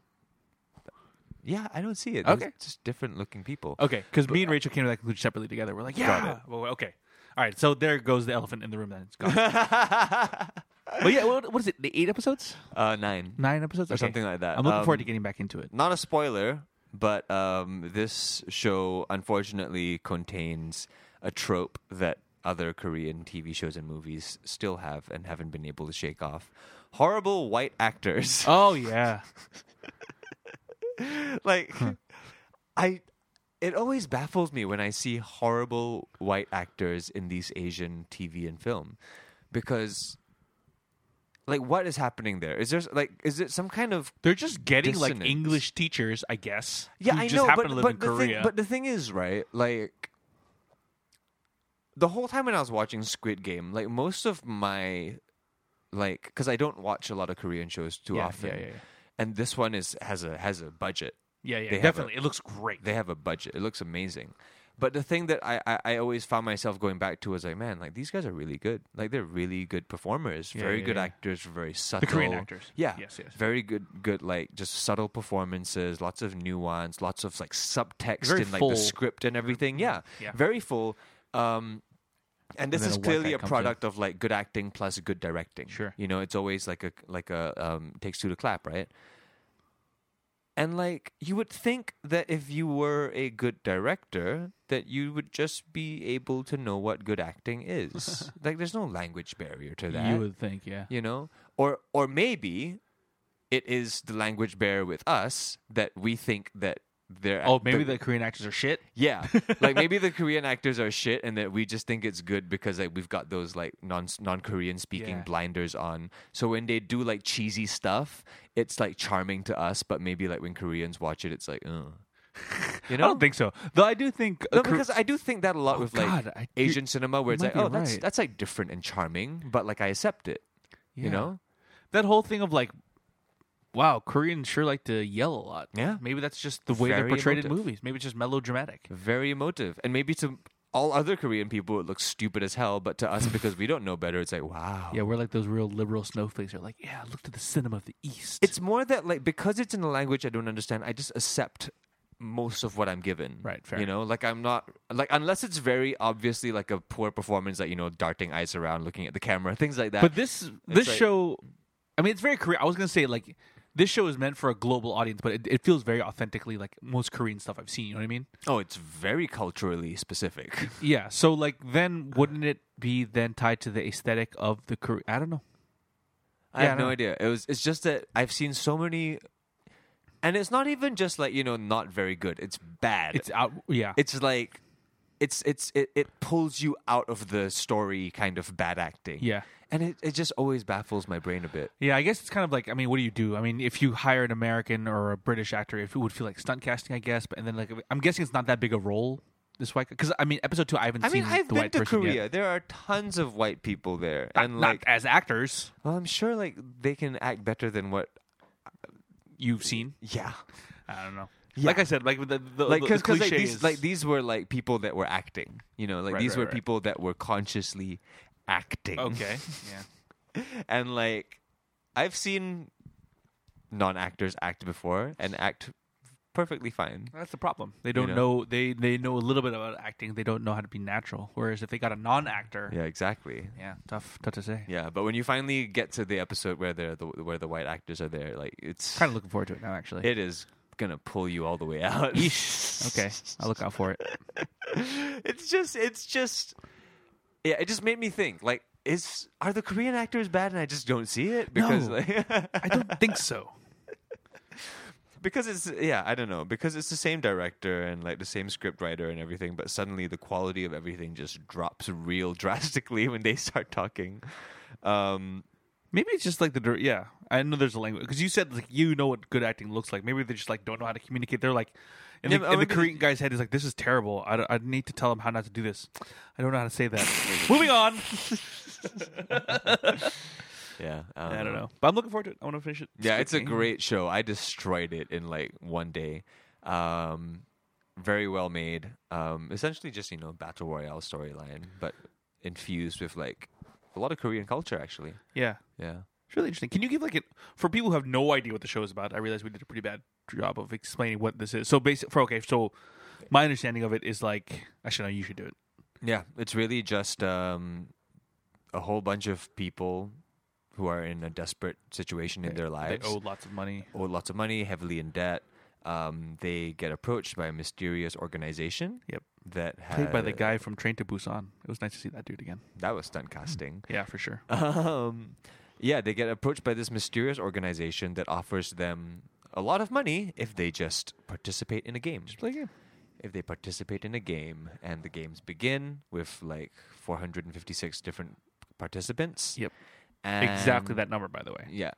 Yeah, I don't see it. Those Okay. are just different looking people. Okay, because me and Rachel came to that conclusion separately together. We're like, yeah, well, okay, all right. So there goes the elephant in the room. Then it's gone. but yeah, what, what is it? The eight episodes, Uh, nine. nine episodes, Or Okay. something like that. I'm looking forward to Um, getting back into it. Not a spoiler, but um, this show unfortunately contains a trope that other Korean TV shows and movies still have and haven't been able to shake off. Horrible white actors. Oh yeah, like i it always baffles me when i see horrible white actors in these asian tv and film because like what is happening there is there like is it some kind of they're just getting like Dissonance. English teachers, I guess. yeah who i just know happen but, to live but in the Korea. thing but the thing is right like the whole time when i was watching squid game like most of my like because i don't watch a lot of korean shows too Yeah, often yeah, yeah, yeah. and this one is has a has a budget Yeah, yeah, They have a- definitely. it looks great. they have a budget. It looks amazing. But the thing that I, I, I always found myself going back to was like, man, like these guys are really good. Like they're really good performers, Yeah, very yeah, good yeah. actors, very subtle. The Korean actors. Yeah. Yes, yes. Very good good like just subtle performances, lots of nuance, lots of like subtext Very in like full. the script and everything. Yeah. Yeah. Very full. Um and this then is a white clearly guy a comes in. product of like good acting plus good directing. Sure. You know, it's always like a like a um takes two to clap, right? And like you would think that if you were a good director, that you would just be able to know what good acting is. like there's no language barrier to that. You would think, yeah. you know? Or or maybe it is the language barrier with us that we think that they're oh, maybe the, Korean actors are shit. yeah, like maybe the Korean actors are shit, and that we just think it's good because like we've got those like non non Korean speaking Yeah. blinders on. So when they do like cheesy stuff, it's like charming to us, but maybe like when Koreans watch it, it's like, Ugh. you know. I don't think so. Though I do think uh, no, Kor- because I do think that a lot Oh, with God, like I- you- Asian cinema, where it's might be like, oh, that's right. that's like different and charming, but like I accept it, Yeah. you know. that whole thing of like, wow, Koreans sure like to yell a lot. Yeah. maybe that's just the way they're Very portrayed in emotive. movies. Maybe it's just melodramatic. Very emotive, and maybe to all other Korean people, it looks stupid as hell, but to us because we don't know better, it's like, wow. Yeah, we're like those real liberal snowflakes. Are like, yeah, look to the cinema of the East. It's more that like because it's in a language I don't understand, I just accept most of what I'm given. Right, fair. You know, like I'm not like unless it's very obviously like a poor performance, like you know, darting eyes around, looking at the camera, things like that. but this this like- show, I mean, it's very Korean. I was gonna say like. This show is meant for a global audience, but it, it feels very authentically like most Korean stuff I've seen. You know what I mean? oh, it's very culturally specific. Yeah. So like, then wouldn't it be then tied to the aesthetic of the Korean? I don't know. I Yeah, I have no know. idea. It was. It's just that I've seen so many, and it's not even just like you know not very good. It's bad. It's out. Yeah. it's like it's it's it, it pulls you out of the story kind of bad acting. Yeah. And it, it just always baffles my brain a bit. Yeah, I guess it's kind of like I mean, what do you do? I mean, if you hire an American or a British actor, if it would feel like stunt casting, I guess. But and then like I'm guessing it's not that big a role. This white because I mean, episode two, I haven't I mean, seen I've the been white to person yet. Korea. There are tons of white people there, Not and like, as actors well, I'm sure like they can act better than what. you've seen. Yeah, I don't know. Yeah. Like I said, like the, the like the- because the cliche like these is, like these were like people that were acting. You know, like Right, these right, were right. people that were consciously acting. okay, yeah, and like I've seen non-actors act before and act perfectly fine. that's the problem. They don't know? know, they they know a little bit about acting. They don't know how to be natural. Whereas if they got a non-actor, yeah, Yeah, exactly. tough tough to say. Yeah, but when you finally get to the episode where they're the where the white actors are there, like it's Kind of looking forward to it now, actually. it is gonna pull you all the way out. okay, I'll look out for it. it's just it's just yeah it just made me think like is are the korean actors bad and i just don't see it because No. like, I don't think so. because it's yeah i don't know because it's the same director and like the same script writer and everything but suddenly the quality of everything just drops real drastically when they start talking um Maybe it's just like the dir- yeah. I know there's a language because you said like you know what good acting looks like. Maybe they just like don't know how to communicate. They're like, and, Yeah, the, but uh, I and the mean- Korean guy's head is like, this is terrible. I, don't- I need to tell him how not to do this. I don't know how to say that. Moving on. yeah I don't know, but I'm looking forward to it. I want to finish it. Uh-huh. Yeah, good it's a game. great show. I destroyed it in like one day. Um, very well made. Um, essentially, just you know, battle royale storyline, but infused with like a lot of Korean culture. Actually, Yeah, yeah. it's really interesting. Can you give like it for people who have no idea what the show is about? I realize we did a pretty bad job of explaining what this is. So basic for okay, so my understanding of it is like actually no, you should do it. Yeah, it's really just um, a whole bunch of people who are in a desperate situation in their They lives. owe lots of money. owe lots of money, heavily in debt. Um, they get approached by a mysterious organization. Yep. That had, Played by the guy from Train to Busan. It was nice to see that dude again. that was stunt casting. Yeah, for sure. um, yeah, they get approached by this mysterious organization that offers them a lot of money if they just participate in a game. Just play a game. If they participate in a game, and the games begin with like 456 different participants. Yep. And Exactly that number, by the way. Yeah.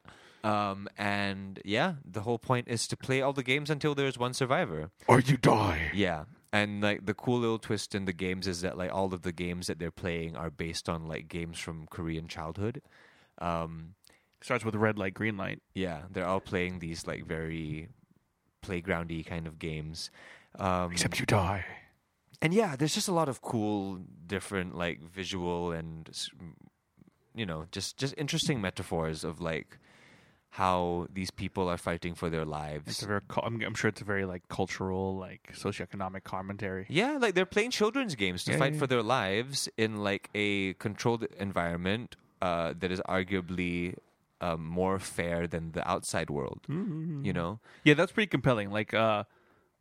Um, and yeah, the whole point is to play all the games until there is one survivor. Or you die. Yeah. And like the cool little twist in the games is that like all of the games that they're playing are based on like games from Korean childhood. Um, Starts with red light, green light. yeah, they're all playing these like very playgroundy kind of games. Um, Except you die. and yeah, there's just a lot of cool, different like visual and s- you know just just interesting metaphors of like how these people are fighting for their It's lives. a very, cul- I'm, I'm sure it's a very like cultural, like socioeconomic commentary. Yeah, like they're playing children's games to Yeah, fight yeah, for their lives in like a controlled environment uh, that is arguably um, more fair than the outside world. You Mm-hmm. know, Yeah, that's pretty compelling. Like, uh,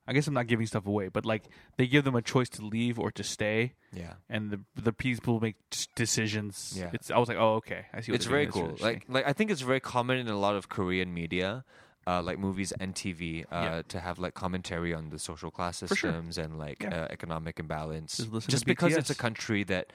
I guess I'm not giving stuff away, but like they give them a choice to leave or to stay, yeah, and the the people make t- decisions. Yeah. it's, I was like, oh, okay, I see. What it's they're doing. very That's cool. interesting. like, like I think it's very common in a lot of Korean media. Uh, like movies and TV, uh, Yeah. to have like commentary on the social class sure. systems and like Yeah. uh, economic imbalance. Just listen to because it's a BTS. country that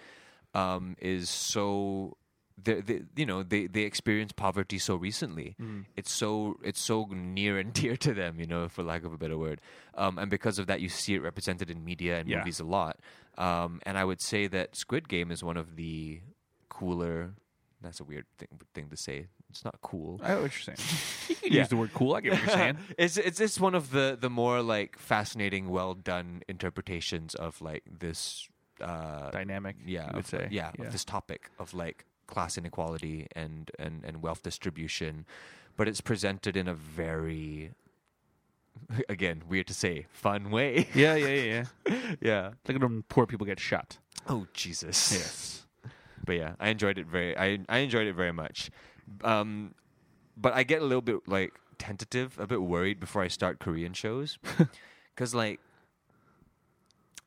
um, is so, they, they, you know, they they experience poverty so recently. Mm. It's so it's so near and dear to them, you know, for lack of a better word. Um, and because of that, you see it represented in media and Yeah. movies a lot. Um, and I would say that Squid Game is one of the cooler. That's a weird thing thing to say. It's not cool. I know what you're saying. You can Yeah. use the word cool. I get what you're saying. it's it's just one of the the more like fascinating, well done interpretations of like this. Uh, Dynamic. yeah, I would of, say. yeah, of this topic of like class inequality and and and wealth distribution, but it's presented in a very again weird to say fun way. yeah, yeah, yeah, yeah. yeah. Look at them poor people get shot. Oh Jesus. Yes. but yeah, I enjoyed it very. I I enjoyed it very much. Um, but I get a little bit like tentative, a bit worried before I start Korean shows, because like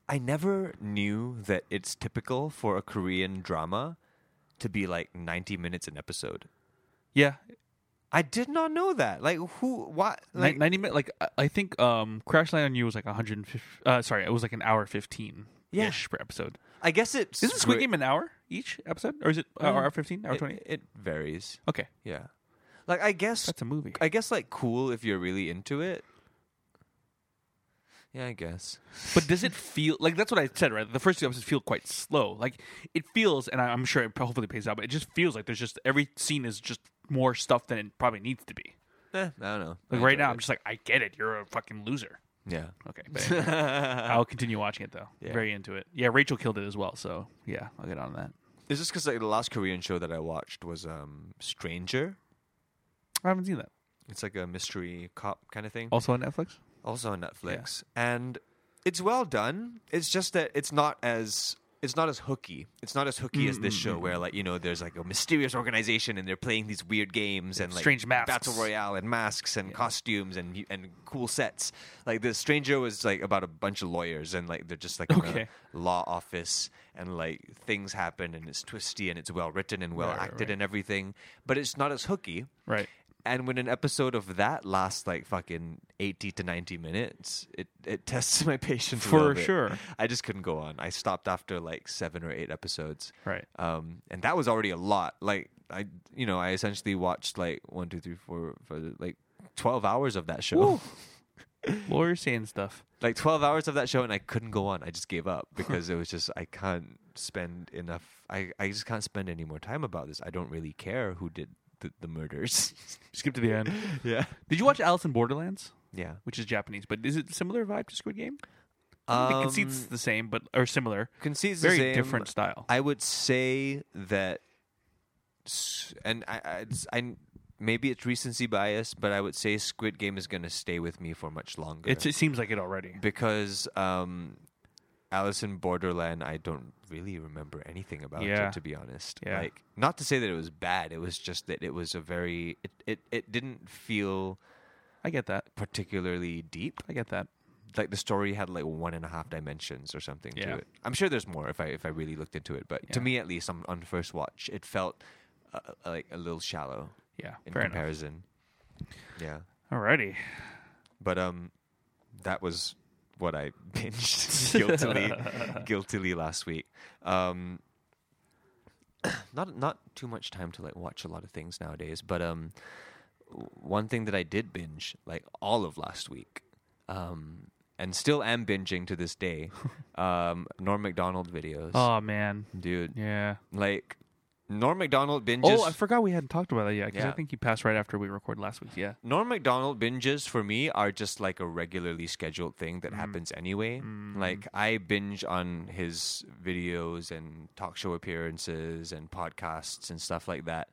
I never knew that it's typical for a Korean drama to be like ninety minutes an episode. Yeah. I did not know that. Like who? What? Like, Like 90 minutes. Like, I- I think um, Crash Land on You was like 150. Uh, sorry, it was like an hour 15 Yeah. ish per episode. I guess it's Isn't Squid Game an hour each episode? Or is it uh, Uh, hour 15, hour It, 20? it varies. Okay. Yeah. Like I guess That's a movie. I guess like cool if you're really into it. Yeah, I guess. But does it feel like that's what I said, right? The first two episodes feel quite slow. Like it feels, and I- I'm sure it hopefully pays out, but it just feels like there's just every scene is just more stuff than it probably needs to be. Eh, I don't know. Like I right enjoyed now, I'm it. just like, I get it. You're a fucking loser. yeah. Okay. But anyway, I'll continue watching it though. Yeah. Very into it. Yeah, Rachel killed it as well. So yeah, I'll get on that. It's just because like the last Korean show that I watched was um Stranger. I haven't seen that. It's like a mystery cop kind of thing. Also on Netflix. Also on Netflix, and it's well done. It's just that it's not as it's not as hooky. It's not as hooky as this show, where like you know there's like a mysterious organization and they're playing these weird games and like Strange masks. battle royale and masks and costumes and and cool sets. Like the Stranger was like about a bunch of lawyers and like they're just like in a Okay. law office and like things happen and it's twisty and it's well written and well Right, right, acted right. and everything, but it's not as hooky. Right. And when an episode of that lasts like fucking eighty to ninety minutes, it, it tests my patience a For little bit. sure. I just couldn't go on. I stopped after like seven or eight episodes, Right. um, and that was already a lot. Like I, you know, I essentially watched like one, two, three, four, five, like twelve hours of that show, Lawyers saying stuff. like twelve hours of that show, and I couldn't go on. I just gave up because it was just I can't spend enough. I I just can't spend any more time about this. I don't really care who did the, the murders. Skip to the end. yeah, Did you watch Alice in Borderlands? yeah. Which is Japanese, but is it similar vibe to Squid Game? I think the conceits Um, the same, but or similar. conceits the Very same. different style. I would say that, s- and I, I, it's, I maybe it's recency bias, but I would say Squid Game is going to stay with me for much longer. It's, it seems like it already. because um, Alice in Borderland, I don't really remember anything about Yeah. it to be honest. Yeah. Like, not to say that it was bad. It was just that it was a very it it, it didn't feel I get that. particularly deep I get that. like the story had like one and a half dimensions or something Yeah. to it. I'm sure there's more if I if I really looked into it, but to Yeah. me at least, um, on, on first watch, it felt uh, uh, like a little shallow Yeah. in fair enough. comparison. Yeah, Alrighty. but um, that was what I binged guiltily, guiltily last week. Um, not not too much time to like watch a lot of things nowadays, but um, w- one thing that I did binge like all of last week, um, and still am binging to this day, um, Norm Macdonald videos, Oh man. dude. Yeah. Like Norm Macdonald binges. Oh, I forgot we hadn't talked about that yet because I Yeah. think he passed right after we recorded last week. Yeah. Norm Macdonald binges for me are just like a regularly scheduled thing Mm. that happens anyway. Like I binge on his videos and talk show appearances and podcasts and stuff like that.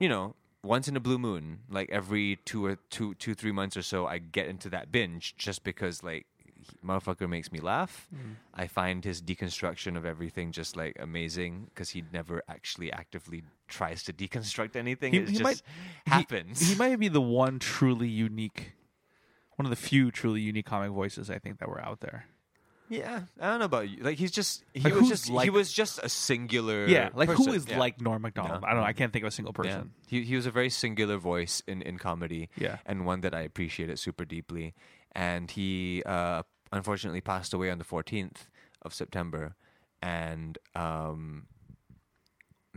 You know, once in a blue moon, like every two or two two three months or so, I get into that binge just because like he- motherfucker makes me laugh. Mm. I find his deconstruction of everything just like amazing because he never actually actively tries to deconstruct anything. He- it he just might- he- happens. He might be the one truly unique, one of the few truly unique comic voices I think that were out there. Yeah, I don't know about you. Like he's just he Like, was who's just he like- was just a singular. Yeah, like who person. is Yeah. like Norm Macdonald? I don't know. I can't think of a single Yeah. person. He he was a very singular voice in in comedy. Yeah. and one that I appreciated super deeply. And he uh, unfortunately passed away on the fourteenth of September. And um,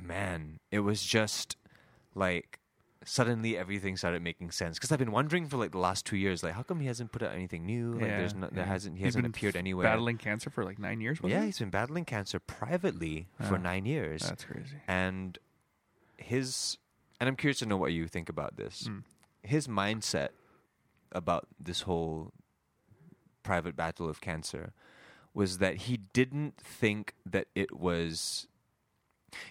man, it was just like suddenly everything started making sense because I've been wondering for like the last two years, like how come he hasn't put out anything new? Like there's Yeah, not there yeah. hasn't he He's hasn't been appeared f- anywhere. Battling cancer for like nine years. wasn't Yeah, he? he's been battling cancer privately for nine years. that's crazy. And his, and I'm curious to know what you think about this. His mindset about this whole private battle of cancer was that he didn't think that it was.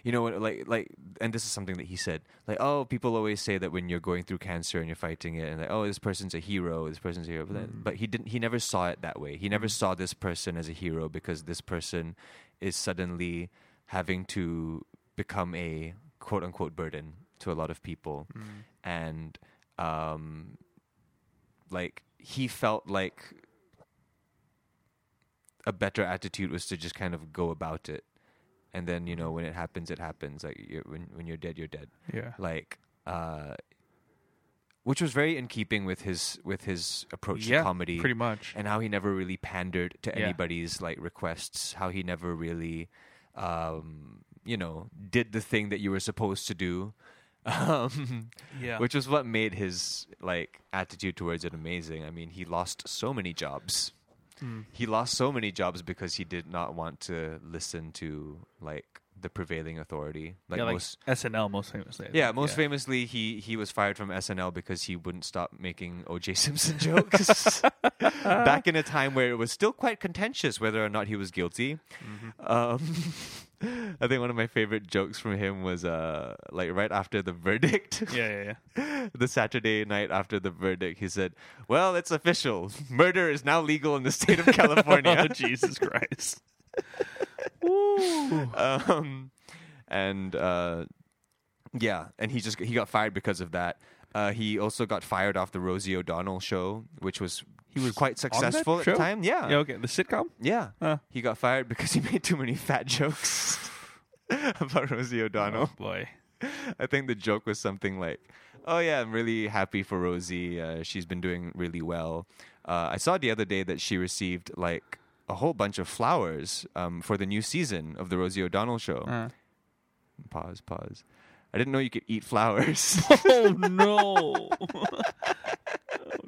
You know, when- like, like, and this is something that he said. Like, oh, people always say that when you're going through cancer and you're fighting it, and like, oh, this person's a hero, this person's a hero. But, then, but he didn't. He never saw it that way. He never saw this person as a hero because this person is suddenly having to become a quote unquote burden to a lot of people, Mm. and um, like he felt like a better attitude was to just kind of go about it and then you know when it happens it happens like you're, when when you're dead you're dead Yeah. like uh which was very in keeping with his with his approach Yeah, to comedy pretty much. and how he never really pandered to Yeah. anybody's like requests how he never really um you know did the thing that you were supposed to do um Yeah. which was what made his like attitude towards it amazing. I mean, he lost so many jobs. Mm. He lost so many jobs because he did not want to listen to like the prevailing authority. Like yeah, like most SNL most famously. I yeah, think. most famously, he he was fired from SNL because he wouldn't stop making O.J. Simpson jokes. Back in a time where it was still quite contentious whether or not he was guilty. Mm-hmm. Um, I think one of my favorite jokes from him was uh, like right after the verdict Yeah, yeah, yeah. the Saturday night after the verdict, he said, "Well, it's official. Murder is now legal in the state of Oh, California." Jesus Christ. um, and uh, yeah, and he just he got fired because of that. Uh, he also got fired off the Rosie O'Donnell show, which was he was quite successful at the time. Yeah, Yeah. Okay. The sitcom. yeah. Huh. He got fired because he made too many fat jokes about Rosie O'Donnell. Oh boy. I think the joke was something like, "Oh yeah, I'm really happy for Rosie. Uh, she's been doing really well. Uh, I saw the other day that she received like a whole bunch of flowers um, for the new season of the Rosie O'Donnell show." Uh. Pause. Pause. I didn't know you could eat flowers. Oh no. oh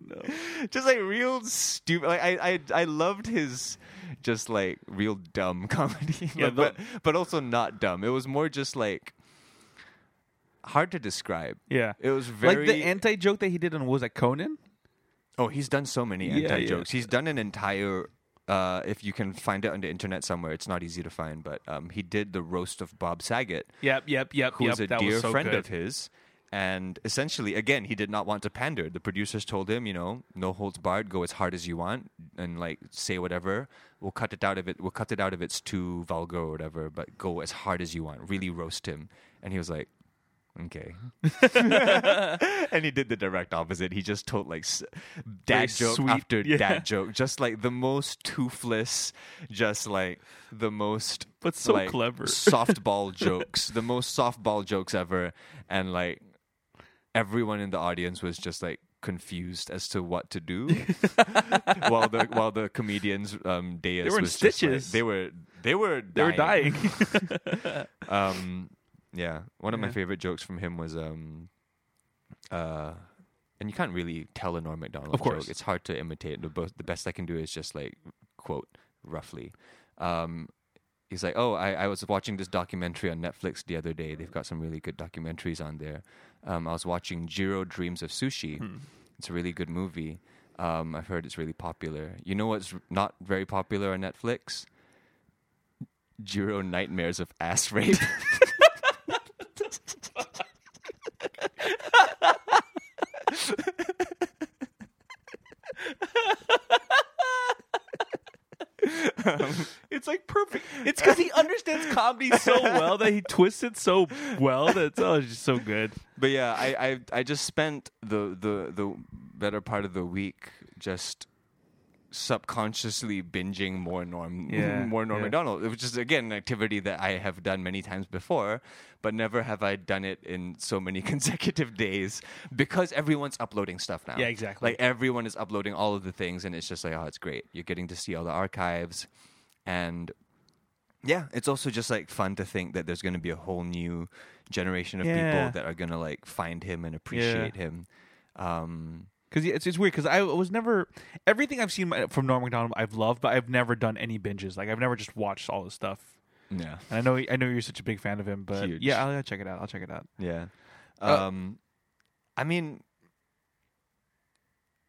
no. just like real stupid. Like I, I, I loved his just like real dumb comedy, Yeah, Like, the- but but also not dumb. It was more just like hard to describe. Yeah. It was very like the anti joke that he did on what was that Conan? Oh, he's done so many Yeah, yeah. anti jokes. He's done an entire. Uh, if you can find it on the internet somewhere, it's not easy to find. But um, he did the roast of Bob Saget, Yep, yep, yep. who yep. was a that dear was so friend good. of his. And essentially, again, he did not want to pander. The producers told him, you know, no holds barred, go as hard as you want, and like say whatever. We'll cut it out of it. We'll cut it out if it's too vulgar or whatever. But go as hard as you want. Really roast him. And he was like, okay. and he did the direct opposite. He just told like s- Very dad joke sweet, after yeah. dad joke, just like the most toothless, just like the most But so like, clever. softball jokes, the most softball jokes ever, and like everyone in the audience was just like confused as to what to do while the while the comedians um dais were in was just, like- stitches. they were they were They were dying. um, yeah, one of my Yeah. favorite jokes from him was, um, uh, and you can't really tell a Norm Macdonald Of course. joke. It's hard to imitate. The, bo- the best I can do is just like quote roughly. Um, he's like, "Oh, I, I was watching this documentary on Netflix the other day. They've got some really good documentaries on there. Um, I was watching Jiro Dreams of Sushi. Hmm. It's a really good movie. Um, I've heard it's really popular. You know what's r- not very popular on Netflix? Jiro Nightmares of Ass Rape. It's like perfect. It's because he understands comedy so well that he twists it so well that it's, oh, it's just so good. but yeah, I, I I just spent the the the better part of the week just subconsciously binging more norm Yeah, more norm yeah. mcdonald it was just again an activity that i have done many times before but never have i done it in so many consecutive days because everyone's uploading stuff now Yeah, exactly. like everyone is uploading all of the things and it's just like oh it's great you're getting to see all the archives and yeah, it's also just like fun to think that there's going to be a whole new generation of Yeah. people that are going to like find him and appreciate him. Um, Because it's, it's weird because I was never everything I've seen uh, from Norm Macdonald I've loved, but I've never done any binges. Like I've never just watched all his stuff. yeah, And I know I know you're such a big fan of him, but Huge. yeah, I'll, I'll check it out. I'll check it out. yeah. Uh, Um, I mean,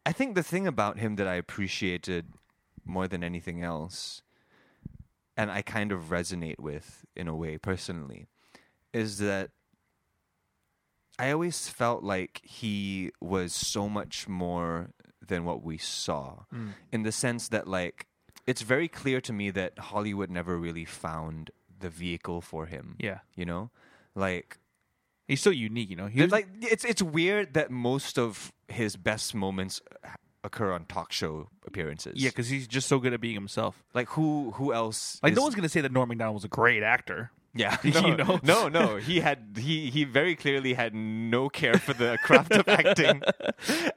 I think the thing about him that I appreciated more than anything else, and I kind of resonate with in a way personally, is that I always felt like he was so much more than what we saw Mm. in the sense that like it's very clear to me that Hollywood never really found the vehicle for him. Yeah, You know? Like he's so unique. You know, he Th- was- like it's it's weird that most of his best moments h- occur on talk show appearances. yeah, because he's just so good at being himself. like who who else? Like is- no one's gonna say that Norm Macdonald was a great actor. Yeah, you no, know? no, no. He had he he very clearly had no care for the craft of acting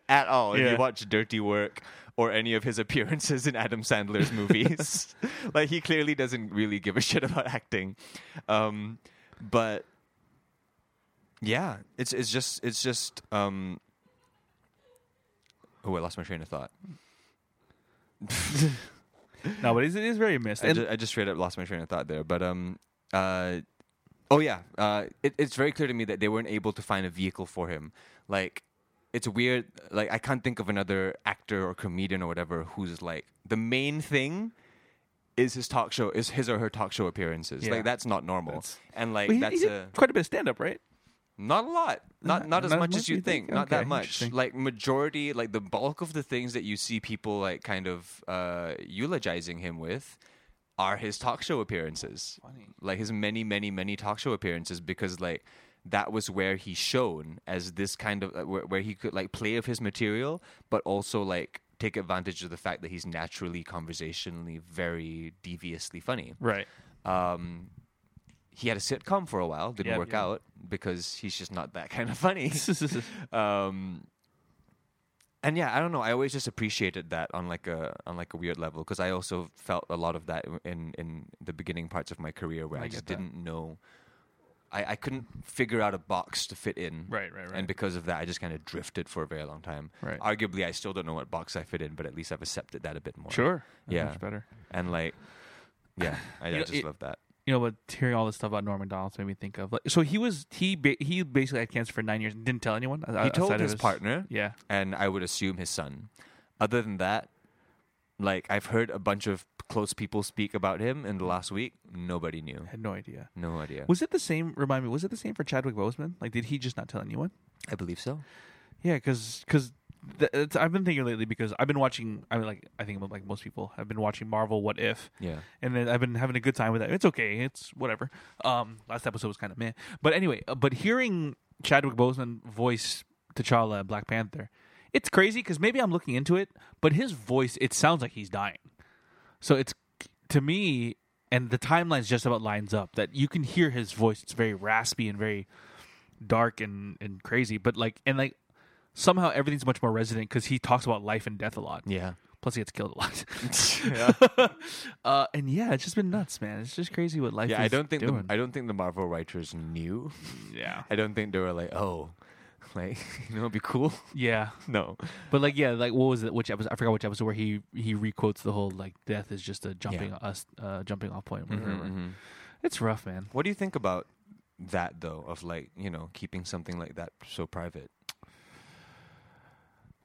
at all. If Yeah. you watch Dirty Work or any of his appearances in Adam Sandler's movies, like he clearly doesn't really give a shit about acting. Um, but yeah, it's it's just it's just. Um, oh, I lost my train of thought. No, but it is, it is very missed. I, And ju- I just straight up lost my train of thought there. But um, uh, oh yeah, uh, it, it's very clear to me that they weren't able to find a vehicle for him. Like, it's weird. Like, I can't think of another actor or comedian or whatever who's like the main thing is his talk show, is his or her talk show appearances. Yeah. Like, that's not normal. That's- and like, but he, that's he did a quite a bit of stand up, right? not a lot. Not not as much as you think. Not Okay, that much. interesting. Like majority, like the bulk of the things that you see people like kind of uh, eulogizing him with are his talk show appearances. Funny. Like his many, many, many talk show appearances because like that was where he shone as this kind of uh, where, where he could like play of his material, but also like take advantage of the fact that he's naturally conversationally very deviously funny Right. um, he had a sitcom for a while, didn't Yeah. work Yeah. out because he's just not that kind of funny. um, and yeah, I don't know. I always just appreciated that on like a on like a weird level because I also felt a lot of that in in the beginning parts of my career where I, I just get that. didn't know. I, I couldn't figure out a box to fit in. Right, right, right. And because of that, I just kind of drifted for a very long time. Right. Arguably, I still don't know what box I fit in, but at least I've accepted that a bit more. Sure. Yeah. Much better. And like, yeah, I, I You know, just it- love that. you know, but hearing all this stuff about Norm Macdonald made me think of like, so he was he ba- he basically had cancer for nine years and didn't tell anyone. o- He told outside of his partner. Yeah, and I would assume his son. Other than that, like I've heard a bunch of close people speak about him in the last week. Nobody knew. had no idea. No idea. Was it the same? Remind me, was it the same for Chadwick Boseman? Like, did he just not tell anyone? I believe so. Yeah, because because I've been thinking lately because I've been watching. I mean, like I think like most people, I've been watching Marvel What If. Yeah. and then I've been having a good time with that. It's okay. It's whatever. Um, last episode was kind of meh, but anyway. uh, But hearing Chadwick Boseman voice T'Challa in Black Panther, it's crazy because maybe I'm looking into it, but his voice it sounds like he's dying. So it's to me, and the timelines just about lines up that you can hear his voice. It's very raspy and very dark and and crazy, but like and like somehow everything's much more resonant because he talks about life and death a lot. Yeah. Plus, he gets killed a lot. yeah. Uh, and yeah, it's just been nuts, man. It's just crazy what life. I is don't think the, doing. I don't think the Marvel writers knew. yeah, I don't think they were like, oh, Like, you know, it'd be cool. Yeah. no. But like, yeah, like what was it? Which episode? I forgot which episode where he he requotes the whole like death is just a jumping us uh, jumping off point. Or Mm-hmm, whatever. It's rough, man. What do you think about that though? Of like, you know, keeping something like that so private.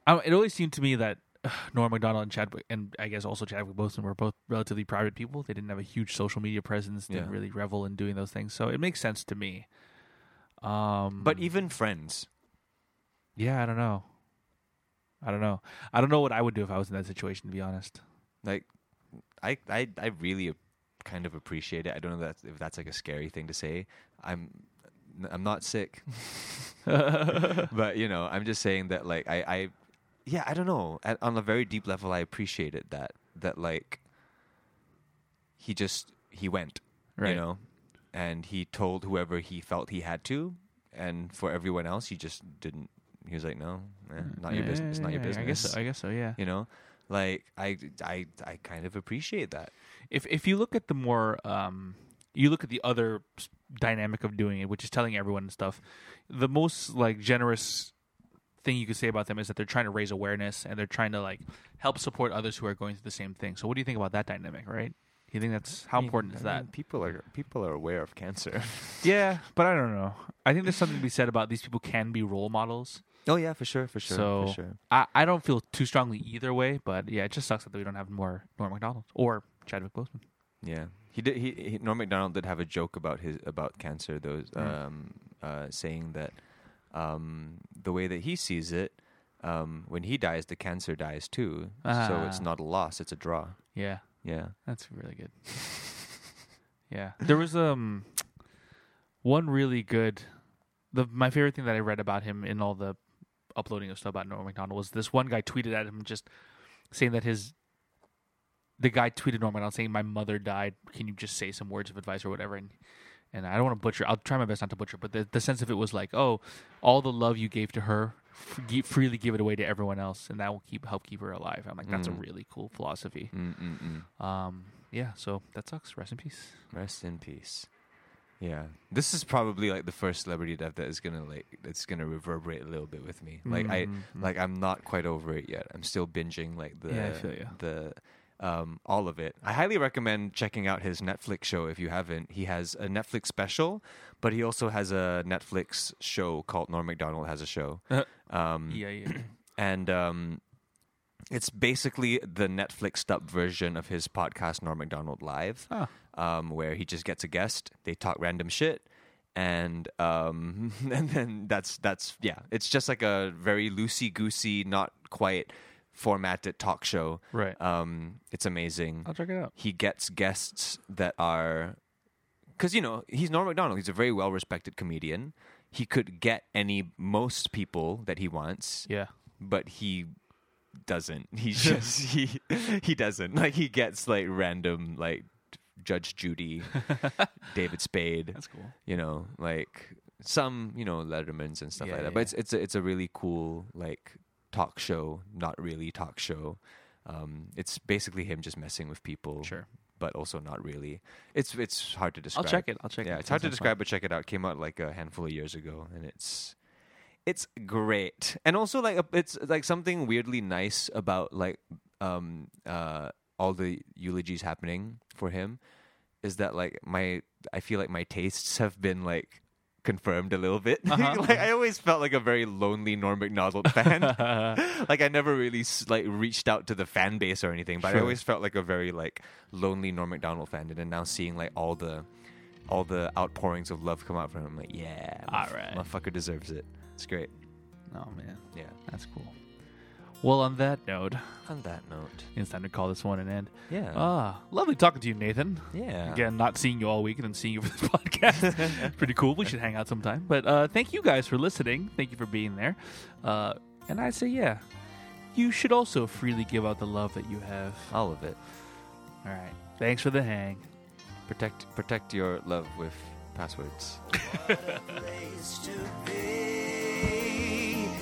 I, it always seemed to me that uh, Norm Macdonald and Chadwick, and I guess also Chadwick Boseman, were both relatively private people. They didn't have a huge social media presence. Didn't Yeah. really revel in doing those things. So it makes sense to me. Um, But even friends. yeah, I don't know. I don't know. I don't know what I would do if I was in that situation. To be honest, like I I I really kind of appreciate it. I don't know that if that's like a scary thing to say. I'm I'm not sick, but you know, I'm just saying that like I I yeah I don't know At, on a very deep level I appreciate it that that like he just he went you Right. know and he told whoever he felt he had to and for everyone else he just didn't he was like no eh, not your Yeah, business it's not your Mm. yeah, yeah, business I guess. So, I guess so. Yeah. you know like i i i kind of appreciate that if if you look at the more um you look at the other s- dynamic of doing it which is telling everyone and stuff the most like generous thing you could say about them is that they're trying to raise awareness and they're trying to like help support others who are going through the same thing so what do you think about that dynamic right you think that's how important is that people are people are aware of cancer yeah but i don't know i think there's something to be said about these people can be role models oh yeah for sure for sure so for sure I, I don't feel too strongly either way but yeah it just sucks that we don't have more norm mcdonald or chadwick boseman yeah he did he, he norm mcdonald did have a joke about his about cancer those Mm. um uh saying that um the way that he sees it um when he dies the cancer dies too so it's Ah. not a loss it's a draw yeah yeah That's really good. yeah, there was um one really good. The my favorite thing that I read about him in all the uploading of stuff about Norm Macdonald was this one guy tweeted at him just saying that his the guy tweeted Norm Macdonald saying my mother died. Can you just say some words of advice or whatever? And and I don't want to butcher. I'll try my best not to butcher. But the the sense of it was like, oh, all the love you gave to her, f- gi- freely give it away to everyone else, and that will keep help keep her alive. I'm like, that's a Mm. really cool philosophy. Mm-mm-mm. Um, yeah, so that sucks. Rest in peace. Rest in peace. Yeah, this is probably like the first celebrity death that is gonna like that's gonna reverberate a little bit with me. Like Mhm. I, like I'm not quite over it yet. I'm still binging like the Yeah, I feel ya. the um all of it. I highly recommend checking out his Netflix show if you haven't. He has a Netflix special, but he also has a Netflix show called Norm Macdonald has a show. Um, Yeah, yeah. and um, it's basically the Netflix up version of his podcast Norm Macdonald Live, Huh. um, where he just gets a guest, they talk random shit, and um, and then that's that's yeah, it's just like a very loosey goosey, not quite formatted talk show. Right. Um, it's amazing I'll check it out. he gets guests that are because you know he's Norm Macdonald. He's a very well respected comedian. He could get any most people that he wants, Yeah. but he doesn't. He just he he doesn't like he gets like random like Judge Judy, David Spade, That's cool. you know, like some you know Letterman's and stuff Yeah, like that. yeah. But it's it's a, it's a really cool like talk show, not really talk show. Um, it's basically him just messing with people, Sure. but also not really. It's it's hard to I'll describe. check it. I'll check it. Yeah, it's That hard to sounds describe, but check it out. It came out like a handful of years ago, and it's it's great. And also like a, it's like something weirdly nice about like um uh all the eulogies happening for him is that like my I feel like my tastes have been like confirmed a little bit. Uh-huh, like I always felt like a very lonely Norm Macdonald fan. like I never really s- like reached out to the fan base or anything, but I Sure. always felt like a very like lonely Norm Macdonald fan. And then now seeing like all the all the outpourings of love come out from him, I'm like yeah, All right. motherfucker deserves it. It's great. fun. Oh man, Yeah. that's cool. Well, on that note, On that note, it's time to call this one an end. yeah, Ah, lovely talking to you, Nathan. yeah. Again, not seeing you all week and then seeing you for this podcast. Pretty cool. We should hang out sometime. But uh, thank you guys for listening. Thank you for being there. Uh, and I say, yeah, you should also freely give out the love that you have. All of it. All right. Thanks for the hang. Protect protect your love with passwords. place to be.